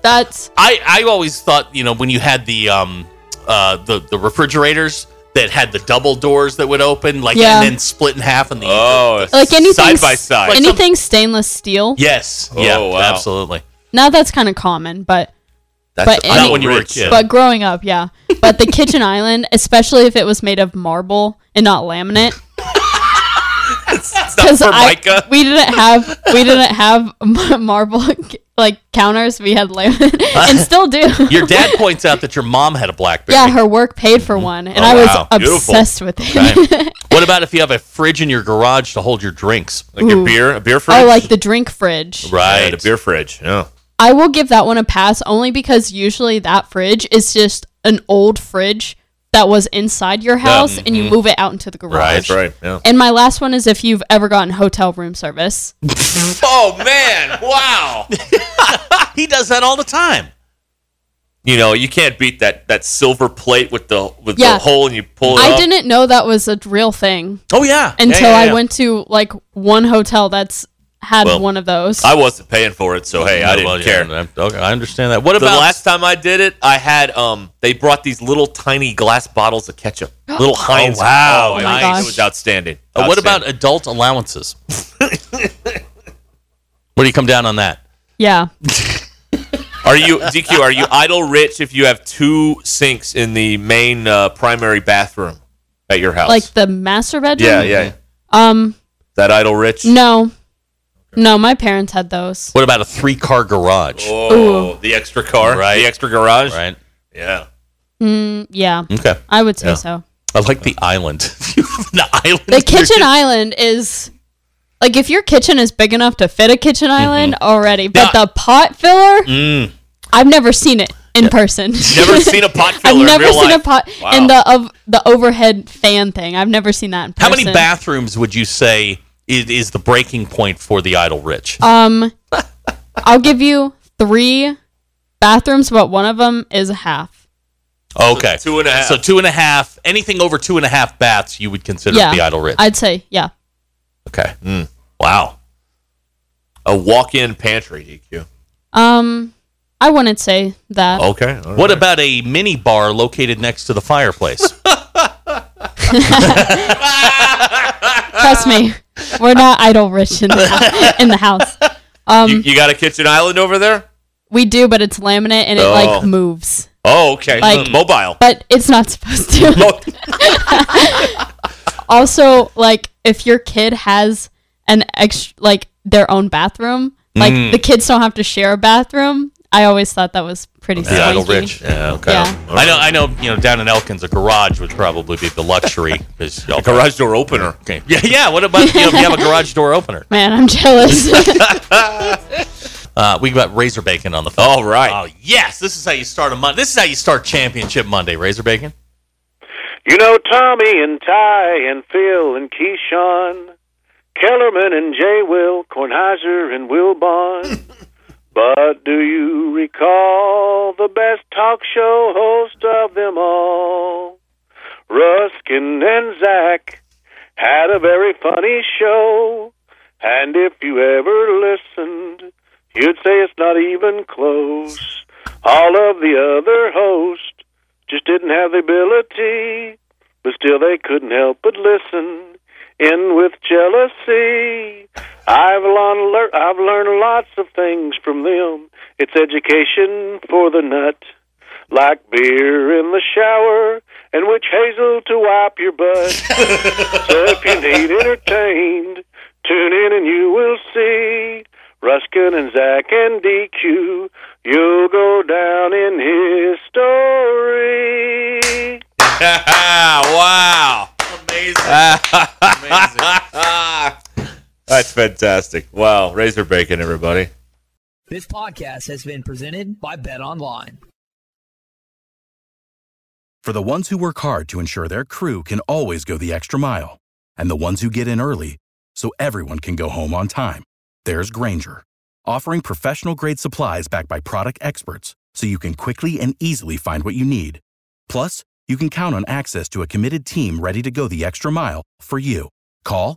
[SPEAKER 4] that's
[SPEAKER 2] I I always thought you know when you had the um uh the the refrigerators that had the double doors that would open like
[SPEAKER 4] Yeah.
[SPEAKER 2] and then split in half and the oh
[SPEAKER 4] like anything
[SPEAKER 2] side by
[SPEAKER 4] s-
[SPEAKER 2] side Like some-
[SPEAKER 4] anything stainless steel.
[SPEAKER 2] yes
[SPEAKER 1] Oh,
[SPEAKER 2] yeah
[SPEAKER 1] wow.
[SPEAKER 2] absolutely
[SPEAKER 4] Now that's kind of common, but
[SPEAKER 2] that's
[SPEAKER 4] But
[SPEAKER 2] not
[SPEAKER 4] any-
[SPEAKER 2] when you were a kid
[SPEAKER 4] but growing up, yeah. But the kitchen island, especially if it was made of marble and not laminate,
[SPEAKER 2] it's
[SPEAKER 4] because I we didn't have we didn't have m- marble like counters. We had laminate and still do.
[SPEAKER 2] your dad points out that your mom had a blackberry
[SPEAKER 4] yeah, her work paid for one, and
[SPEAKER 2] Oh,
[SPEAKER 4] I was
[SPEAKER 2] wow. Beautiful.
[SPEAKER 4] obsessed with it.
[SPEAKER 2] Okay. what about if you have a fridge in your garage to hold your drinks like
[SPEAKER 4] your Ooh.
[SPEAKER 2] beer a beer
[SPEAKER 4] I like the drink fridge.
[SPEAKER 2] right a beer fridge yeah
[SPEAKER 4] I will give that one a pass only because usually that fridge is just an old fridge that was inside your house and you
[SPEAKER 2] mhm.
[SPEAKER 4] move it out into the
[SPEAKER 2] right
[SPEAKER 4] garage.
[SPEAKER 2] right yeah
[SPEAKER 4] And my last one is if you've ever gotten hotel room service.
[SPEAKER 2] Oh man! Wow. he does that all the time.
[SPEAKER 1] You know, you can't beat that that silver plate with the with
[SPEAKER 4] Yeah.
[SPEAKER 1] the hole and you pull it
[SPEAKER 4] I
[SPEAKER 1] up.
[SPEAKER 4] didn't know that was a real thing
[SPEAKER 2] Oh yeah.
[SPEAKER 4] until I went to like one hotel that's had
[SPEAKER 1] Well,
[SPEAKER 4] one of those.
[SPEAKER 1] I wasn't paying for it, so hey, I didn't
[SPEAKER 2] Well, yeah,
[SPEAKER 1] care.
[SPEAKER 2] I- okay, I understand that. What
[SPEAKER 1] the
[SPEAKER 2] about
[SPEAKER 1] last time I did it? I had um, they brought these little tiny glass bottles of ketchup,
[SPEAKER 4] Oh,
[SPEAKER 1] little Heinz.
[SPEAKER 2] wow,
[SPEAKER 1] it
[SPEAKER 2] Oh my
[SPEAKER 1] was-
[SPEAKER 2] gosh.
[SPEAKER 1] it was outstanding.
[SPEAKER 2] uh, what about adult allowances? Where do you come down on that?
[SPEAKER 4] yeah.
[SPEAKER 1] Are you DQ? Are you idle rich if you have two sinks in the main uh, primary bathroom at your house?
[SPEAKER 4] Like the master bedroom. Mm.
[SPEAKER 1] yeah, yeah.
[SPEAKER 4] Um
[SPEAKER 1] That idle rich.
[SPEAKER 4] no. No, my parents had those.
[SPEAKER 2] What about a three-car garage?
[SPEAKER 1] Oh, the extra car,
[SPEAKER 2] Right.
[SPEAKER 1] The extra garage,
[SPEAKER 2] Right.
[SPEAKER 1] Yeah.
[SPEAKER 4] Mm, yeah.
[SPEAKER 2] Okay.
[SPEAKER 4] I would say
[SPEAKER 2] Yeah.
[SPEAKER 4] so.
[SPEAKER 2] I like the island. the island.
[SPEAKER 4] The kitchen island is like if your kitchen is big enough to fit a kitchen
[SPEAKER 1] Mm-hmm.
[SPEAKER 4] island already, but the pot filler,
[SPEAKER 2] Mm.
[SPEAKER 4] I've never seen it in person.
[SPEAKER 1] Never seen a pot filler
[SPEAKER 4] I've
[SPEAKER 1] in
[SPEAKER 4] never
[SPEAKER 1] real
[SPEAKER 4] seen a
[SPEAKER 1] life.
[SPEAKER 4] pot
[SPEAKER 2] Wow.
[SPEAKER 4] and the of the overhead fan thing. I've never seen that in person.
[SPEAKER 2] How many bathrooms would you say is, is the breaking point for the idle rich?
[SPEAKER 4] Um, I'll give you three bathrooms, but one of them is a half.
[SPEAKER 2] Okay,
[SPEAKER 1] two and a half.
[SPEAKER 2] So two and a half. Anything over two and a half baths, you would consider
[SPEAKER 4] yeah,
[SPEAKER 2] the idle rich.
[SPEAKER 4] I'd say yeah.
[SPEAKER 2] okay.
[SPEAKER 1] Mm. Wow. A walk-in pantry, DQ.
[SPEAKER 4] Um, I wouldn't say that.
[SPEAKER 1] Okay.
[SPEAKER 2] What about a mini bar located next to the fireplace?
[SPEAKER 4] Trust me, we're not idle rich in the, in the house. Um,
[SPEAKER 1] you, you got a kitchen island over there?
[SPEAKER 4] we do, but it's laminate and it
[SPEAKER 1] Oh.
[SPEAKER 4] like moves,
[SPEAKER 1] Oh, okay.
[SPEAKER 4] Like-
[SPEAKER 1] Mm, Mobile.
[SPEAKER 4] but it's not supposed to. also like if your kid has an extra like their own bathroom like
[SPEAKER 2] Mm.
[SPEAKER 4] the kids don't have to share a bathroom i always thought that was pretty
[SPEAKER 2] the idle
[SPEAKER 4] swanky.
[SPEAKER 2] rich. Yeah. Okay.
[SPEAKER 4] Yeah.
[SPEAKER 2] I know. I know. You know, down in Elkins, a garage would probably be the luxury. 'cause y'all-
[SPEAKER 1] Garage door opener.
[SPEAKER 2] Okay. Yeah. Yeah. What about you know, if you have a garage door opener?
[SPEAKER 4] man i'm jealous
[SPEAKER 2] Uh, we got Razor Bacon on the phone.
[SPEAKER 1] All right.
[SPEAKER 2] Oh yes, this is how you start a month. This is how you start Championship Monday, Razor Bacon.
[SPEAKER 10] You know Tommy and Ty and Phil and Keyshawn, Kellerman and Jay Will, Kornheiser and Will Bond. but do you recall the best talk show host of them all? Ruskin and Zach had a very funny show. And if you ever listened, you'd say it's not even close. All of the other hosts just didn't have the ability but still they couldn't help but listen in with jealousy. I've learned, lear- I've learned lots of things from them. It's education for the nut, like beer in the shower and witch hazel to wipe your butt. so if you need entertained, tune in and you will see Ruskin and Zach and DQ. You'll go down in history.
[SPEAKER 1] wow.
[SPEAKER 2] Amazing.
[SPEAKER 1] That's fantastic. Wow. Razor bacon, everybody.
[SPEAKER 9] This podcast has been presented by Bet Online.
[SPEAKER 11] For the ones who work hard to ensure their crew can always go the extra mile, and the ones who get in early so everyone can go home on time, there's Granger, offering professional grade supplies backed by product experts so you can quickly and easily find what you need. Plus, you can count on access to a committed team ready to go the extra mile for you. Call,